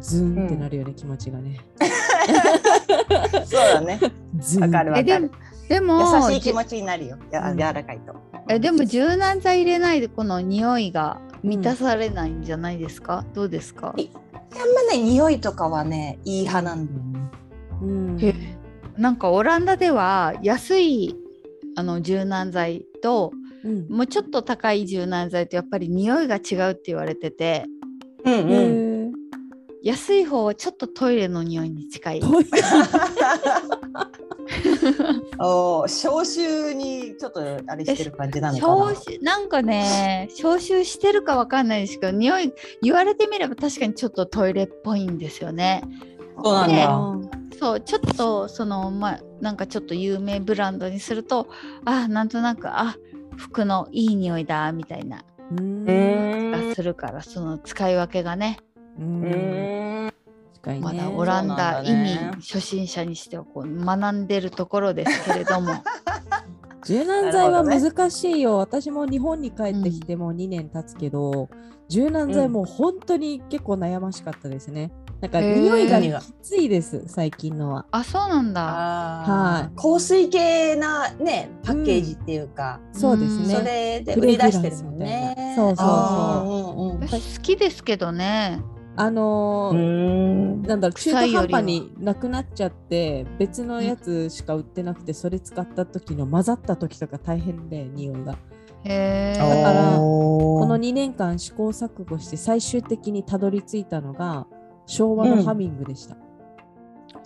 Speaker 1: ズーンってなるよね、気持ちがね。
Speaker 3: そうだね。
Speaker 1: ズーン。
Speaker 3: わかるわ
Speaker 2: え
Speaker 3: か
Speaker 2: で
Speaker 3: る
Speaker 2: も。でも
Speaker 3: 優しい気持ちになるよ。や
Speaker 1: うん
Speaker 3: 柔らかいと。
Speaker 2: えでも柔軟剤入れないでこの匂いが満たされないんじゃないですか、どうですか
Speaker 3: いあんまね匂いとかはねいい派なんだよね。
Speaker 1: うん。
Speaker 2: へなんかオランダでは安いあの柔軟剤と
Speaker 1: うん。
Speaker 2: もうちょっと高い柔軟剤とやっぱり匂いが違うって言われてて
Speaker 3: うんうん。
Speaker 1: へえ。
Speaker 2: 安い方はちょっとトイレの匂いに近い
Speaker 1: トイレ
Speaker 3: [laughs] おー消臭にちょっとあれしてる感じなのか
Speaker 2: 消
Speaker 3: な。
Speaker 2: 臭なんかね消臭してるかわかんないですけど匂い言われてみれば確かにちょっとトイレっぽいんですよね
Speaker 3: そうなん
Speaker 2: ね
Speaker 3: だ。
Speaker 2: そうちょっとそのまあなんかちょっと有名ブランドにするとあなんとなくあ服のいい匂いだみたいな
Speaker 1: う
Speaker 3: う
Speaker 1: ーん。
Speaker 3: ーん
Speaker 2: がするからその使い分けがね
Speaker 1: うー
Speaker 3: う
Speaker 1: ん。
Speaker 3: ーん。
Speaker 1: 確かにね。
Speaker 2: まだオランダ、
Speaker 3: そうなんだ
Speaker 2: 移
Speaker 3: ね
Speaker 2: 民初心者にしてはこう学んでるところですけれども
Speaker 1: 柔軟剤は難しいよ、私も日本に帰ってきてもう2年経つけど、柔軟剤も本当に結構悩ましかったですねなんか
Speaker 2: へー
Speaker 1: 匂いが
Speaker 3: 何が
Speaker 1: きついです最近のは
Speaker 2: あそうなんだ
Speaker 3: あー香水系なねパッケージっていうか、
Speaker 1: そうです
Speaker 2: うん
Speaker 1: ね
Speaker 3: それで売り出してるもんね。
Speaker 1: フレグランスみたいなそうそうそう
Speaker 3: あーうんうん
Speaker 2: 私好きですけどね
Speaker 1: あの
Speaker 3: う
Speaker 1: ー
Speaker 3: ん
Speaker 1: なんだろう中
Speaker 2: 臭
Speaker 1: 途
Speaker 2: いよ
Speaker 1: 半
Speaker 2: りは
Speaker 1: 端になくなっちゃって別のやつしか売ってなくてそれ使った時の混ざった時とか大変で匂いが
Speaker 2: へえ
Speaker 1: だからこ
Speaker 3: こ
Speaker 1: の2年間試行錯誤して最終的にたどり着いたのが昭和のハミングでした、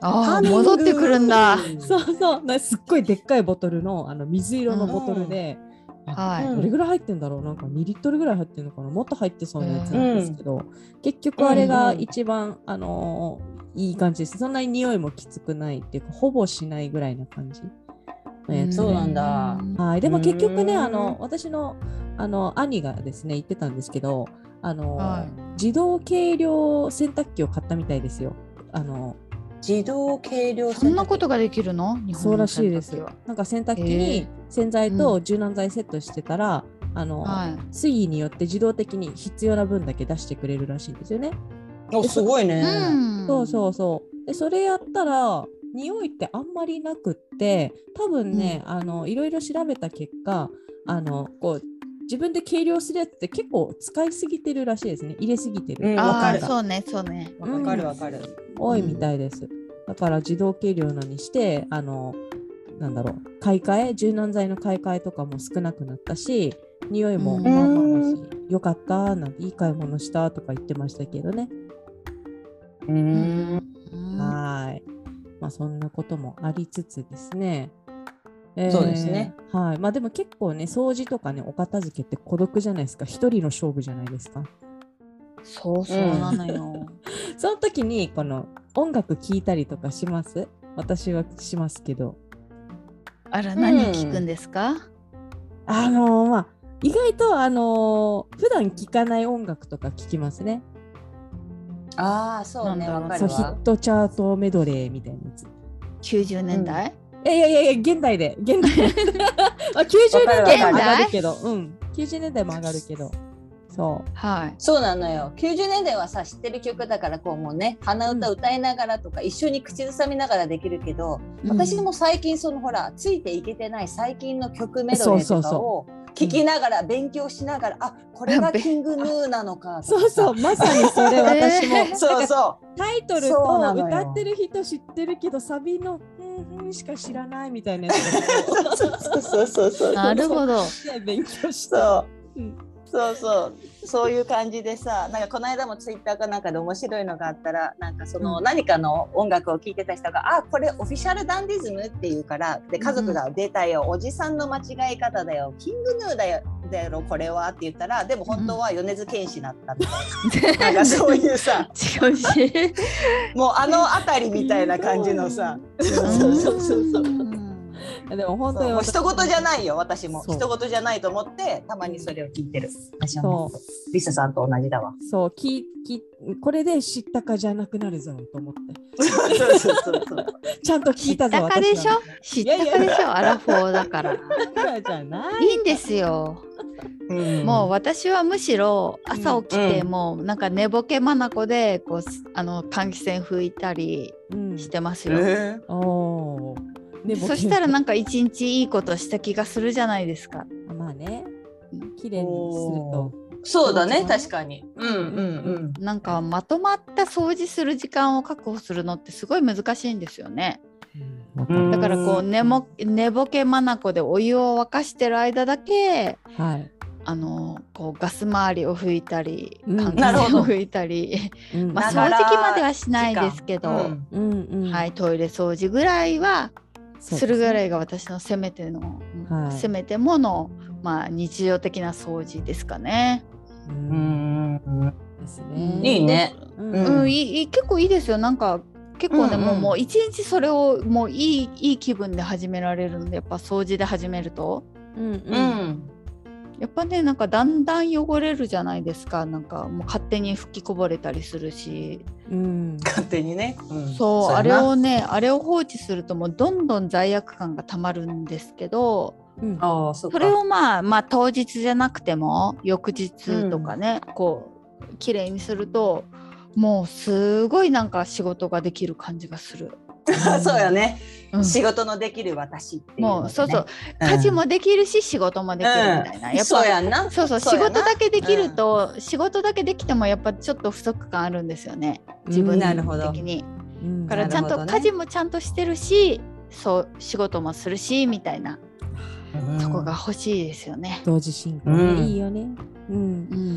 Speaker 2: あー戻ってくるんだ
Speaker 1: [laughs] そうそう、なすっごいでっかいボトルのあの水色のボトルで、
Speaker 2: はい
Speaker 3: うん
Speaker 1: どれぐらい入ってんだろうなんか2リットルぐらい入ってるのかなもっと入ってそうなやつなんですけど、結局あれが一番、あのーいい感じですそんなに匂いもきつくないっていうかほぼしないぐらいな感じのやつで
Speaker 3: そうなんだ
Speaker 1: はい、でも結局ね
Speaker 3: うん
Speaker 1: あの私のあの兄がですね言ってたんですけどあの、
Speaker 2: は
Speaker 1: 自動計量洗濯機を買ったみたいですよ。あの
Speaker 3: 自動計量洗濯機
Speaker 2: そんなことができるの日
Speaker 1: そう
Speaker 2: 本の
Speaker 1: らしい
Speaker 2: 洗
Speaker 1: で
Speaker 2: 濯
Speaker 1: す
Speaker 2: 機は。
Speaker 1: なんか洗濯機
Speaker 2: へ
Speaker 1: に
Speaker 2: え
Speaker 1: 洗剤と柔軟剤セットしてたら、あの、
Speaker 2: はい
Speaker 1: 水位によって自動的に必要な分だけ出してくれるらしいんですよね。
Speaker 3: おすごいね、
Speaker 2: うん
Speaker 1: そうそうそう。でそれやったら匂いってあんまりなくって多分ね、あのいろいろ調べた結果あのこう自分で計量するやつって結構使いすぎてるらしいですね入れすぎて
Speaker 3: う
Speaker 1: る、
Speaker 3: んわ
Speaker 2: あ
Speaker 3: か
Speaker 2: あ
Speaker 3: る
Speaker 2: そうねそうね。
Speaker 1: うん
Speaker 3: わかるわかる。
Speaker 1: 多いみたいです、だから自動計量のにしてあのなんだろう買い替え柔軟剤の買い替えとかも少なくなったし匂いも
Speaker 2: うん
Speaker 1: まあまあだし、よかったなんていい買い物したとか言ってましたけどね、
Speaker 2: う
Speaker 3: う。
Speaker 2: んんうん
Speaker 1: はい。まあそんなこともありつつですね。
Speaker 3: そうですね
Speaker 1: えー。はい。まあでも結構ね、掃除とかね、お片付けって孤独じゃないですか。一人の勝負じゃないですか。
Speaker 2: そうそうなのよ。
Speaker 1: その時に、この音楽聴いたりとかします私はしますけど。
Speaker 2: あら何聞くんですか？
Speaker 1: あのーまあ、意外と、あのー普段聴かない音楽とか聴きますね。
Speaker 3: ああそうね
Speaker 2: なん
Speaker 3: わ
Speaker 2: だ
Speaker 1: そ
Speaker 2: ろ
Speaker 3: かる
Speaker 1: う、ヒ
Speaker 3: わ
Speaker 1: ッ。トチャートメドレーみたいなやつ。
Speaker 2: 90年代？
Speaker 1: いやいやいやいや、現代で。現代で。あ90年代も上がるけど。うん。90年代も上がるけど。そう。
Speaker 2: はい。
Speaker 3: そうなのよ90年代はさ知ってる曲だからこうもうね鼻歌歌いながらとか、一緒に口ずさみながらできるけど、私も最近そのほらついていけてない最近の曲メドレ
Speaker 1: そう
Speaker 3: ーと
Speaker 1: そう
Speaker 3: か
Speaker 1: そう
Speaker 3: を聞きながら勉強しながら、あこれが
Speaker 2: べ
Speaker 3: キングヌー [laughs] なのかとか
Speaker 1: そう
Speaker 3: さ
Speaker 1: そう、 [laughs] まさにそれ、
Speaker 2: えー
Speaker 1: 私も。
Speaker 3: そう
Speaker 1: なんか
Speaker 3: そ
Speaker 1: タイトル
Speaker 3: そう
Speaker 1: と
Speaker 3: なのよ
Speaker 1: 歌ってる人知ってるけど、サビの「うんうん」しか知らないみたいなや
Speaker 3: う
Speaker 1: つ
Speaker 3: そ
Speaker 1: [laughs]
Speaker 3: うそうそうそう [laughs] そう
Speaker 2: なるほど。
Speaker 1: で勉強した。
Speaker 3: そ
Speaker 1: う
Speaker 3: う、
Speaker 1: ん
Speaker 3: そうそうそういう感じでさなんかこの間もツイッターかなんかで面白いのがあったらなんかその
Speaker 1: うん
Speaker 3: 何かの音楽を聴いてた人が「あこれオフィシャルダンディズム」っていうからで家族が「出たよおじさんの間違い方だよキングヌーだよだろこれは」って言ったらでも本当は米津玄師だったみた
Speaker 1: [laughs]
Speaker 3: いな,、なんかそういうさ
Speaker 2: 違うし。
Speaker 3: もうあの辺りみたいな感じのさそうそうそうそう。
Speaker 2: うん
Speaker 1: でも本当に
Speaker 3: もう人事じゃないよ私も
Speaker 1: そう
Speaker 3: 人事じゃないと思ってたまにそれを聞いてる私はも
Speaker 1: そう
Speaker 3: リサさんと同じだわ
Speaker 1: う、そう、き、き、これで知ったかじゃなくなるぞと思っ
Speaker 3: そうそうそうそう
Speaker 1: て。ちゃんと聞
Speaker 2: 知っ
Speaker 1: いたぞ。
Speaker 2: たかでしょ
Speaker 1: 私
Speaker 2: 知ったか
Speaker 1: いやい
Speaker 2: でしょアラフォーだから。
Speaker 1: はじゃない。
Speaker 2: いいんですよ。
Speaker 3: うん
Speaker 2: もう私はむしろ朝起きて
Speaker 3: うん
Speaker 2: もうなんか寝ぼけまなこでこうすあの換気扇拭いたり
Speaker 1: うん
Speaker 2: してますよ。
Speaker 3: えー
Speaker 1: おおー。ね
Speaker 2: そしたらなんか一日いいことした気がするじゃないですか。
Speaker 1: 僕まあね。綺麗にすると。
Speaker 3: そうだね確かにうんうん
Speaker 2: なんかまとまった掃除する時間を確保するのってすごい難しいんですよね。
Speaker 1: わ
Speaker 3: う
Speaker 1: る
Speaker 3: ん
Speaker 2: だからこう
Speaker 1: うん
Speaker 2: 寝も寝ぼけまなこでお湯を沸かしてる間だけ
Speaker 1: はい。
Speaker 2: あのこうガス周りを拭いたり
Speaker 1: うん
Speaker 2: 換気
Speaker 3: なるほ
Speaker 2: 扇
Speaker 3: ど
Speaker 2: を拭いたり、
Speaker 1: うん
Speaker 2: まあ、
Speaker 3: なが
Speaker 2: 掃
Speaker 3: ら
Speaker 2: 除機まではしないですけ
Speaker 3: う
Speaker 2: ど、
Speaker 3: ん
Speaker 1: うんうん。
Speaker 2: はい、トイレ掃除ぐらいは
Speaker 1: そうですね。
Speaker 2: するぐらいが私のせめての、
Speaker 1: はい
Speaker 2: せめてもの、まあ、日常的な掃除ですかね。
Speaker 1: う。
Speaker 3: うんん
Speaker 1: ですね。
Speaker 3: いいね
Speaker 1: う。
Speaker 2: うんん、
Speaker 3: ん
Speaker 2: いいいい結構いいですよなんか結構ね、
Speaker 3: うんうん
Speaker 2: もうもう一日それをもういいいい気分で始められるのでやっぱ掃除で始めると
Speaker 1: うん
Speaker 3: う
Speaker 1: うん。
Speaker 3: ん
Speaker 2: やっぱねなんかだんだん汚れるじゃないですかなんかもう勝手に吹きこぼれたりするし、
Speaker 1: うん。
Speaker 3: 勝手にねうん
Speaker 2: そうあ
Speaker 3: や
Speaker 2: れ
Speaker 3: な
Speaker 2: をねあれを放置するともうどんどん罪悪感がたまるんですけど
Speaker 1: うん
Speaker 3: ああそ
Speaker 2: そ
Speaker 3: っか
Speaker 2: れをまあまあ当日じゃなくても翌日とかね、こう綺麗にするともうすごいなんか仕事ができる感じがする。
Speaker 3: [laughs] [laughs] そうよね
Speaker 2: うん
Speaker 3: 仕事のできる私っていの
Speaker 2: も
Speaker 3: で
Speaker 2: う
Speaker 3: ね
Speaker 2: そうそう、
Speaker 3: うん
Speaker 2: 家事もできるし仕事もできるみたいな、やっ
Speaker 3: そう
Speaker 2: ぱ
Speaker 3: やんな
Speaker 2: そうそう
Speaker 3: そう
Speaker 2: 仕
Speaker 3: やな
Speaker 2: 事だけできると、仕事だけできてもやっぱちょっと不足感あるんですよね自分
Speaker 3: なるほど
Speaker 2: 的に、
Speaker 1: うん
Speaker 2: だからちゃんと
Speaker 3: なるほどね
Speaker 2: 家事もちゃんとしてるしそう仕事もするしみたいな、
Speaker 3: うん
Speaker 2: そこが欲しいですよね、
Speaker 1: 同時進行
Speaker 3: うん
Speaker 1: ねいいよね。うん
Speaker 2: う。、
Speaker 3: うん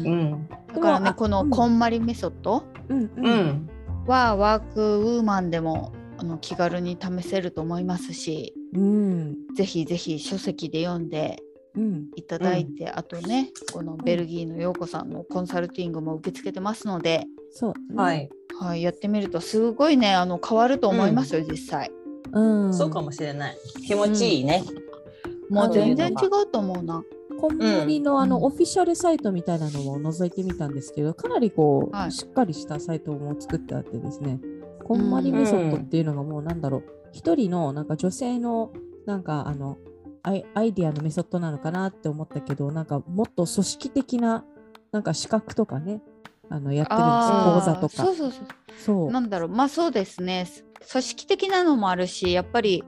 Speaker 3: ん
Speaker 2: だから
Speaker 1: でもあ
Speaker 2: ねこの
Speaker 1: うん
Speaker 2: こんまりメソッド
Speaker 1: うんう。
Speaker 3: うんん
Speaker 2: はワークウーマンでもあの気軽に試せると思いますし
Speaker 1: うん。
Speaker 2: ぜひぜひ書籍で読んで
Speaker 1: うん。
Speaker 2: いただいて、あとねこのベルギーの陽子さんのコンサルティングも受け付けてますので、
Speaker 1: そう、ね。
Speaker 3: は。い、
Speaker 2: はい、やってみるとすごいねあの変わると思いますよ、実際
Speaker 1: うん。
Speaker 3: そうかもしれない。気持ちいいね。
Speaker 2: もう全然違
Speaker 3: そういう
Speaker 2: と思うな
Speaker 1: コンパニのあ
Speaker 2: う
Speaker 1: の
Speaker 2: ん
Speaker 1: オフィシャルサイトみたいなのを覗いてみたんですけど、かなりこ
Speaker 2: は
Speaker 1: う
Speaker 2: い
Speaker 1: しっかりしたサイトも作ってあってですね、コンマリメソッドっていうのがもうなんだろう、一人のなんか女性のなんかあのアイアイディアのメソッドなのかなって思ったけど、なんかもっと組織的ななんか資格とかね、あのやってるんです、講座と
Speaker 2: そ
Speaker 1: か
Speaker 2: う。そうそう
Speaker 1: そう。
Speaker 2: なんだろうまあそうですね組織的なのもあるしやっぱり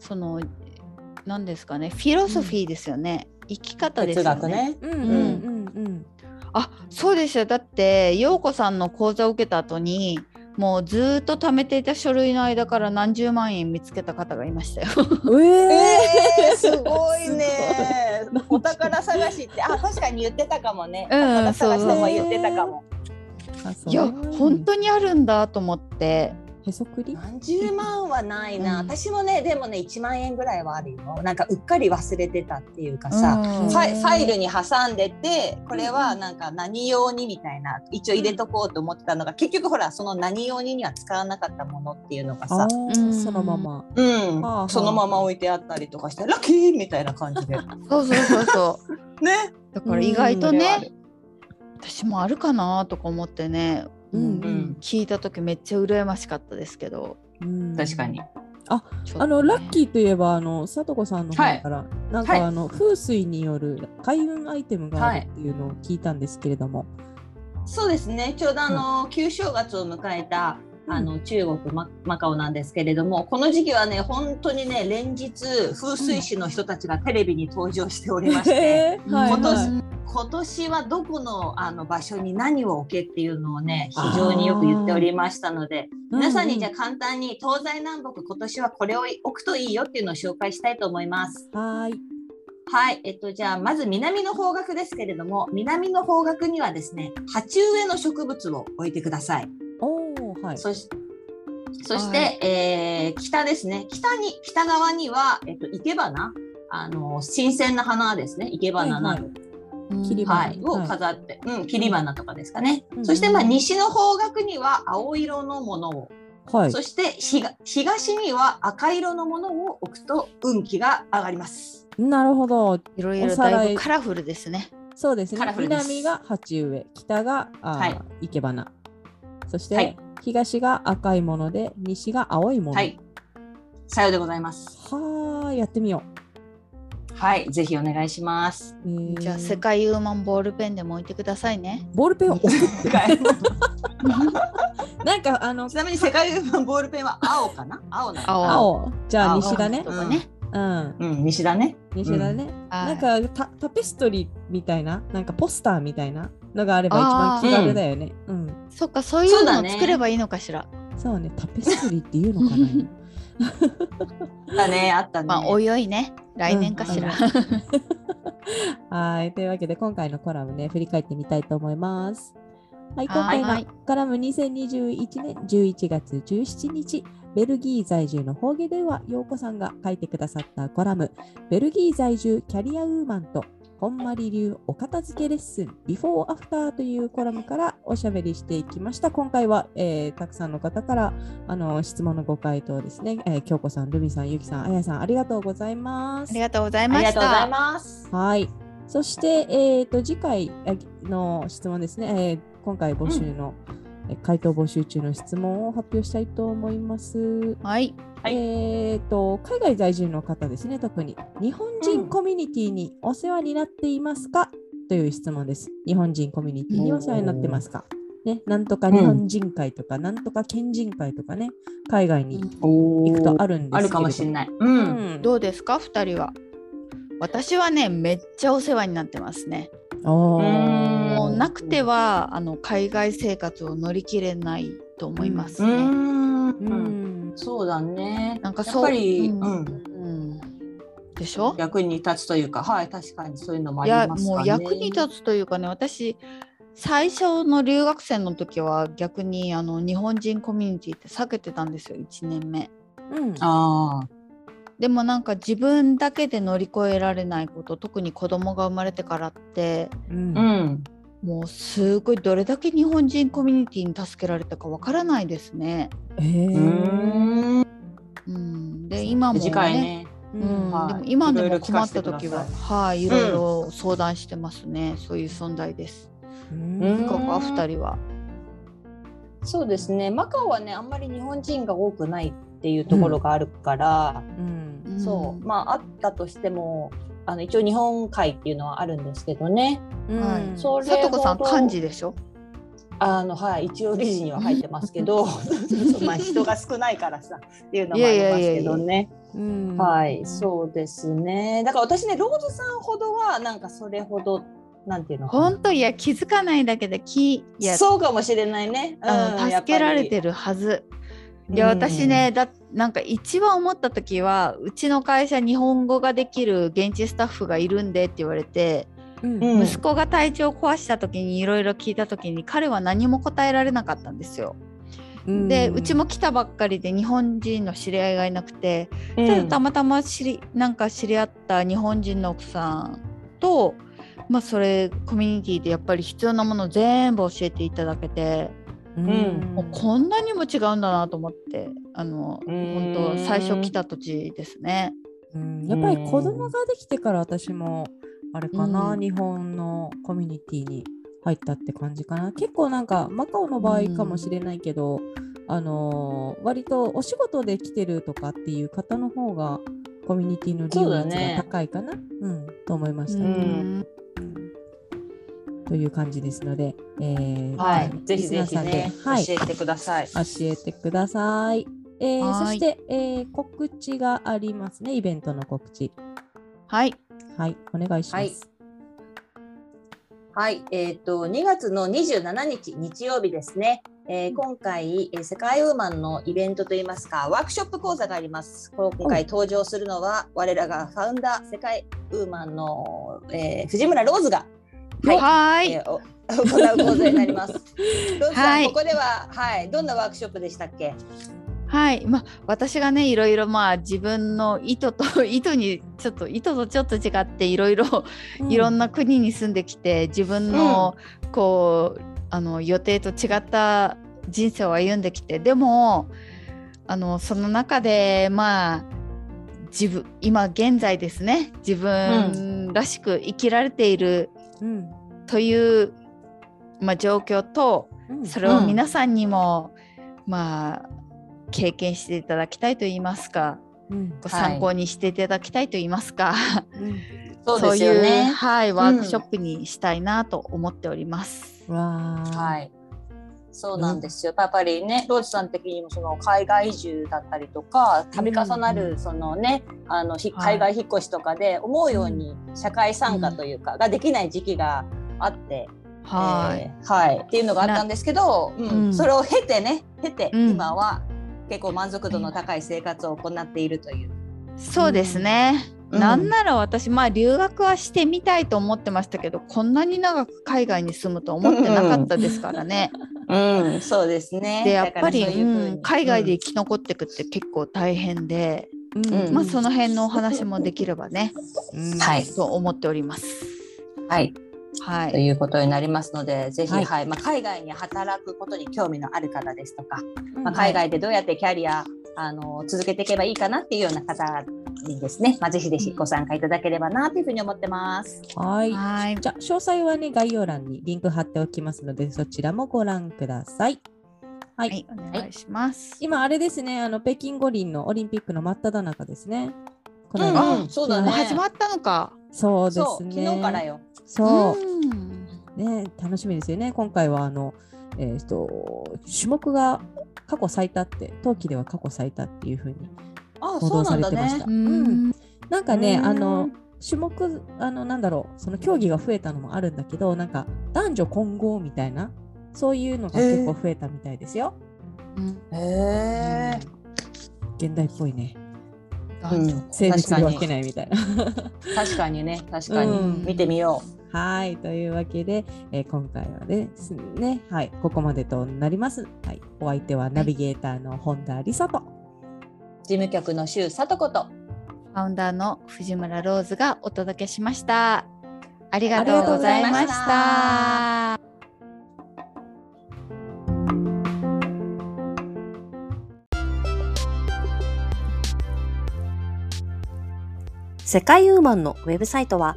Speaker 2: その何ですかねフィロソフィーですよね、生き方です
Speaker 3: 哲
Speaker 2: よ
Speaker 3: 学
Speaker 2: ね
Speaker 3: ね。
Speaker 1: うんうんうんうん。
Speaker 2: あそうですよだって陽子さんの講座を受けた後にもうずーっと貯めていた書類の間から何十万円見つけた方がいましたよ。
Speaker 1: [laughs]
Speaker 3: え
Speaker 1: ええ [laughs]
Speaker 3: ー、すごいね。お宝探しって、あ、確かに言ってたかもね。お
Speaker 2: うん
Speaker 3: 宝探しとも言ってたかも。
Speaker 1: あそう
Speaker 2: いや本当にあるんだと思って
Speaker 1: へそくり
Speaker 3: 何十万はないな。
Speaker 2: うん
Speaker 3: 私もね、でもね、1万円ぐらいはあるよ。なんかうっかり忘れてたっていうかさ。
Speaker 2: うん
Speaker 3: ファイファイルに挟んでてこれはなんか何用にみたいな一応入れとこうと思ってたのが結局ほらその何用にには使わなかったものっていうのが
Speaker 1: あ
Speaker 3: さ、
Speaker 1: ー
Speaker 2: うん
Speaker 1: そのまま。
Speaker 3: うん
Speaker 1: はあはあ
Speaker 3: そのまま置いてあったりとかしてラッキーみたいな感じでね
Speaker 2: そうそうそうそうだから意外と
Speaker 3: それはあ
Speaker 2: ね
Speaker 3: る
Speaker 2: 私もあるかなとか思ってね、
Speaker 1: うん
Speaker 3: うん
Speaker 2: 聞いた時めっちゃ羨ましかったですけど
Speaker 1: うん
Speaker 3: 確かに。
Speaker 2: ちょっとね
Speaker 1: あのラッキーといえばあのさとこさんの方から、なんか、
Speaker 3: はい
Speaker 1: あの風水による開運アイテムがあるっていうのを聞いたんですけれども、
Speaker 3: そうですねちょうどあの旧正月を迎えた
Speaker 1: うん
Speaker 3: あの中国ママカオなんですけれどもこの時期はね本当にね連日風水師の人たちがテレビに登場しておりまし
Speaker 1: [laughs]
Speaker 3: て。
Speaker 1: へーはい
Speaker 3: 今
Speaker 1: は
Speaker 3: 年
Speaker 1: い
Speaker 3: 今年はどこのあの場所に何を置けっていうのをね非常によく言っておりましたので皆さんにじゃあ簡単に東西南北今年はこれを置くといいよっていうのを紹介したいと思います。
Speaker 1: うんうんはーい
Speaker 3: はい、えっと、じゃあまず南の方角ですけれども南の方角にはですね鉢植えの植物を置いてください。
Speaker 1: おーはい
Speaker 3: そしそして、
Speaker 2: は
Speaker 3: えー北ですね北に北側には、えっと、生け花あの新鮮な花ですね生け花な
Speaker 2: う
Speaker 3: ど、
Speaker 2: ん
Speaker 1: 切り花
Speaker 3: はい、を飾って、うん、切り花とかですかね。
Speaker 1: うん
Speaker 3: そして、まあ、西の方角には青色のものを、
Speaker 1: はい
Speaker 3: そしてひが東には赤色のものを置くと運気が上がります。
Speaker 1: なるほど
Speaker 2: いろい
Speaker 1: お
Speaker 2: ろ
Speaker 1: さらい
Speaker 2: だいぶカラフルですね。
Speaker 1: そうです
Speaker 3: カラ
Speaker 1: ね
Speaker 3: フルです
Speaker 1: 南が鉢植え北があー、
Speaker 3: はい
Speaker 1: 生け花そして、
Speaker 3: はい
Speaker 1: 東が赤いもので西が青いもの
Speaker 3: はい、さようでございます。
Speaker 1: はーやってみよ
Speaker 3: はい、ぜひお願い
Speaker 1: [laughs]
Speaker 3: します。
Speaker 1: う、えー
Speaker 2: じゃあ世界ユーマンボールペンでも置いてくださいね。
Speaker 1: ボールペンを置 [laughs] くってなんかあの
Speaker 3: ちなみに世界のボールペンは青かな？青なのかな。
Speaker 1: 青じゃあ
Speaker 3: 青
Speaker 1: 西だね
Speaker 2: とかね。
Speaker 1: うん
Speaker 3: うん、西だね。
Speaker 1: 西だね、
Speaker 2: はい
Speaker 1: なんかタタペストリーみたいななんかポスターみたいなのがあれば一番気軽だよねうん、
Speaker 2: そっかそういう
Speaker 3: そうだ
Speaker 2: のを
Speaker 3: ね
Speaker 2: 作ればいいのかしら。
Speaker 1: そうねタペストリーっていうのかな
Speaker 3: だね、あったね。
Speaker 2: まあおいおいね来年かしら。 [laughs]
Speaker 1: はいというわけで今回のコラムね振り返ってみたいと思いますはい今
Speaker 2: は
Speaker 1: 回
Speaker 2: い
Speaker 1: のコラム2021年11月17日ベルギー在住の方言では陽子さんが書いてくださったコラムベルギー在住キャリアウーマンとこんまり流お片付けレッスンビフォーアフターというコラムからおしゃべりしていきました今回は、えーたくさんの方からあの質問のご回答ですね、えー京子さんルミさんゆきさんあやさんありがとうございま
Speaker 2: あ
Speaker 1: す
Speaker 2: りがとうござい
Speaker 3: あ
Speaker 2: ま
Speaker 3: りが
Speaker 2: し
Speaker 3: とうござ
Speaker 2: た
Speaker 3: い。ます。
Speaker 1: はい。そして、えー、と次回えーの質問ですね、えー今回募集の、えー回答募集中の質問を発表したいと思います。
Speaker 2: はい。
Speaker 3: はい
Speaker 1: えー、と海外在住の方ですね、特に日本
Speaker 3: う
Speaker 1: 人
Speaker 3: ん
Speaker 1: コミュニティにお世話になっていますか、という質問です。日本人コミュニティにお世話になってますか、ね、なんとか日本人会とか、なんとか県人会とかね、海外に行
Speaker 3: 行
Speaker 1: くとあるんですけれど
Speaker 3: あるかもしれない。う。
Speaker 1: うんん。
Speaker 2: どうですか二人は。私はねめっちゃお世話になってますね。
Speaker 1: お
Speaker 3: うん
Speaker 1: ー
Speaker 2: もうなくてはあの海外生活を乗り切れないと思います
Speaker 3: う
Speaker 2: ね。
Speaker 3: ん。う。
Speaker 1: うんん
Speaker 3: そうだね。
Speaker 2: なんか
Speaker 3: や
Speaker 2: そ
Speaker 3: っ
Speaker 2: う
Speaker 3: ぱり、
Speaker 2: うん
Speaker 3: うん、
Speaker 2: うんでしょ
Speaker 3: 役に立つというか、はい、確かにそういうのもあ
Speaker 2: い
Speaker 3: り
Speaker 2: や
Speaker 3: ますかね。
Speaker 2: もう役に立つというかね私最初の留学生の時は逆にあの日本人コミュニティって避けてたんですよ1年目。
Speaker 1: うん
Speaker 3: ああ、
Speaker 2: でもなんか自分だけで乗り越えられないこと特に子供が生まれてからって
Speaker 1: うん
Speaker 3: うん、
Speaker 2: もうすごいどれだけ日本人コミュニティに助けられたかわからないですね。
Speaker 1: へー
Speaker 3: うん、
Speaker 2: うん、で今も、ね
Speaker 3: 短いね。
Speaker 1: う
Speaker 2: うんん
Speaker 3: は
Speaker 2: で
Speaker 3: い
Speaker 2: も今で
Speaker 3: いろいろ
Speaker 2: も
Speaker 3: 聞
Speaker 2: 困
Speaker 3: か
Speaker 2: っ
Speaker 3: せて
Speaker 2: た
Speaker 3: ください
Speaker 2: 時は、はい、いろいろ相談してますね、そういう存在です。
Speaker 1: うん
Speaker 2: ここは
Speaker 3: うん
Speaker 2: 二人は、
Speaker 3: そうですね。マカオはね、あんまり日本人が多くないっていうところがあるから、
Speaker 1: うん
Speaker 3: そう、まああったとしても、あの一応日本海っていうのはあるんですけどね。
Speaker 2: はい
Speaker 1: うん
Speaker 3: それ
Speaker 2: さとこさん
Speaker 3: ほど
Speaker 2: 漢字でしょ。
Speaker 3: あのはい、一応理事には入ってます
Speaker 2: [laughs]
Speaker 3: けど、そうまあ人が少ないからさっていうのもありますけどね。
Speaker 1: うん
Speaker 3: はい、そうですね。だから私ね、ローズさんほどはなんかそれほどなんていうのかな
Speaker 2: 本当いや気づかないだけできいや
Speaker 3: そうかもしれないね。
Speaker 2: あ
Speaker 3: う
Speaker 2: の
Speaker 3: ん
Speaker 2: 助けられて。るはず。いや
Speaker 3: うん
Speaker 2: 私ねだなんか一番思った時はうちの会社日本語ができる現地スタッフがいるんでって言われて、
Speaker 1: うん
Speaker 3: うん
Speaker 2: 息子が体調壊した時にいろいろ聞いた時に彼は何も答えられなかったんですよ。
Speaker 1: うん
Speaker 2: でうちも来たばっかりで日本人の知り合いがいなくて、
Speaker 3: やっぱ
Speaker 2: た
Speaker 3: り
Speaker 2: だたまたま知りなんか知り合った日本人の奥さんと、まあ、それコミュニティでやっぱり必要なもの全部教えていただけて、
Speaker 1: うん
Speaker 3: うん
Speaker 2: もうこんなにも違うんだなと思ってあの
Speaker 3: うん
Speaker 2: 本当最初来た土地ですね。
Speaker 1: うんやっぱり子
Speaker 3: う
Speaker 1: 供が
Speaker 3: ん
Speaker 1: できてから私もあれかな、
Speaker 2: うん
Speaker 1: 日本のコミュニティに入ったって感じかな結構なんかマカオの場合かもしれないけど、あのー割とお仕事で来てるとかっていう方の方がコミュニティの利
Speaker 3: そう
Speaker 1: 用
Speaker 3: だ
Speaker 1: 率
Speaker 3: ね
Speaker 1: が高いかなう、ん、と思いました、
Speaker 3: うん
Speaker 1: という感じですので、えー
Speaker 3: はい、ぜひぜ
Speaker 1: リス
Speaker 3: ひ
Speaker 1: ナーさんで
Speaker 3: ね、
Speaker 1: はい、
Speaker 3: 教えてください。
Speaker 1: 教えてください。えー、
Speaker 2: はーい
Speaker 1: そして、えー告知がありますね、イベントの告知。
Speaker 2: はい、
Speaker 1: はい、お願いします。
Speaker 3: はいはい、えっ、と2月の27日日曜日ですね。えー今回、えー世界ウーマンのイベントといいますかワークショップ講座があります。こ今回登場するのは我らがファウンダー世界ウーマンの、えー藤村ローズが、
Speaker 2: はい、
Speaker 3: えーお行う講座になり
Speaker 2: [laughs]
Speaker 3: ます。ローズさん、
Speaker 2: はい
Speaker 3: ここでははいどんなワークショップでしたっけ？
Speaker 2: はい、まあ私がねいろいろまあ自分の意図と [laughs] 意図にちょっと意図とちょっと違っていろいろ
Speaker 1: う
Speaker 2: いろんな国に住んできて自分のこうあの予定と違った人生を歩んできてでもあのその中でまあ自分今現在ですね自分らしく生きられている
Speaker 1: うん、
Speaker 2: という、まあ、状況と
Speaker 1: うん
Speaker 2: それを皆さんにも、まあ経験していただきたいと言いますか
Speaker 1: うん
Speaker 2: ご
Speaker 3: はい
Speaker 2: 参考にしていただきたいと言いますか。
Speaker 1: うん
Speaker 2: そういう、はい、ワー
Speaker 3: うん
Speaker 2: クショップにしたいなと思っております。
Speaker 1: わー
Speaker 3: はい。そうなんですよ。やっぱりね、ローズさん的にもその海外移住だったりとか、度重な
Speaker 1: うんう
Speaker 3: るそのね、あのひ
Speaker 2: はい
Speaker 3: 海外引っ越しとかで思うように社会参加というかができない時期があって、
Speaker 2: はい、
Speaker 3: えーはいっていうのがあったんですけど、うん
Speaker 2: うん
Speaker 3: それを経てね、経て
Speaker 2: うん
Speaker 3: 今は結構満足度の高い生活を行っているという。
Speaker 2: そうですね。
Speaker 3: うん
Speaker 2: なんなら私まあ留学はしてみたいと思ってましたけどこんなに長く海外に住むと思ってなかったですからね。
Speaker 3: うん、そうですね。
Speaker 2: でやっぱり、
Speaker 3: だからそういうふうに
Speaker 2: うん海外で生き残っていくって結構大変で、
Speaker 1: うん
Speaker 3: うん
Speaker 2: まあその辺のお話もできればね、
Speaker 1: うん
Speaker 3: はい
Speaker 2: と思っております。
Speaker 3: うんはい。
Speaker 2: は
Speaker 3: と
Speaker 2: い、
Speaker 3: いうことになりますので、ぜひ、
Speaker 1: は
Speaker 3: はいい、まあ、海外に働くことに興味のある方ですとか、
Speaker 1: うん
Speaker 3: まあ、海外でどうやってキャリア、あの、続けていけばいいかなっていうような方にですね、まあ、ぜひぜひご参加いただければなというふうに思ってます。
Speaker 1: はい
Speaker 2: はい
Speaker 1: じゃあ詳細はね概要欄にリンク貼っておきますのでそちらもご覧ください。はい、
Speaker 2: はい、お願いします。
Speaker 1: 今あれですねあの北京五輪のオリンピックの真っ只中ですね。この間
Speaker 3: うんうんそうだ
Speaker 2: も
Speaker 3: ね
Speaker 2: う始まったのか。
Speaker 1: そうで
Speaker 3: そ
Speaker 1: す
Speaker 3: う、
Speaker 1: ね。
Speaker 3: 昨日からよ。
Speaker 1: そう。
Speaker 2: うん
Speaker 1: ね、楽しみですよね。今回はあの、えー、と種目が過去最多って、冬季では過去最多っていう風に
Speaker 3: あ
Speaker 1: 報
Speaker 3: そ
Speaker 1: 道
Speaker 3: うな
Speaker 1: さ
Speaker 3: ん
Speaker 1: れ
Speaker 3: だ
Speaker 1: てました。
Speaker 3: ね。
Speaker 1: うんなんかね、
Speaker 3: うん
Speaker 1: あの種目あのなんだろう、その競技が増えたのもあるんだけど、なんか男女混合みたいなそういうのが結構増えたみたいですよ。
Speaker 2: うん
Speaker 3: へえ
Speaker 1: 現代っぽいね。
Speaker 2: 男女
Speaker 1: 性別で分
Speaker 3: 確か
Speaker 1: け
Speaker 3: に
Speaker 1: ないみたいな。
Speaker 3: 確かにね、確かに、
Speaker 1: うん
Speaker 3: 見てみよ
Speaker 1: はい、というわけで、えー今回はですね、はい、ここまでとなります。はい、お相手はナビゲーターの本田理沙と。
Speaker 3: う。事務局の周佐とこと。
Speaker 2: ファウンダーの藤村ローズがお届けしました。ありがとうございま
Speaker 3: ありがとうございま
Speaker 2: し。
Speaker 3: した
Speaker 1: 世界ウーマンのウェブサイトは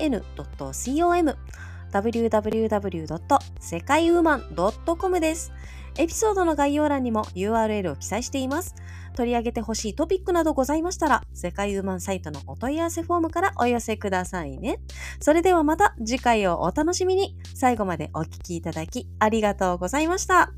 Speaker 1: www.sekaiwoman.com www.sekaiwoman.com です。エピソードの概要欄にも URL を記載しています。取り上げてほしいトピックなどございましたら、世界ウーマンサイトのお問い合わせフォームからお寄せくださいね。それではまた次回をお楽しみに。最後までお聞きいただきありがとうございました。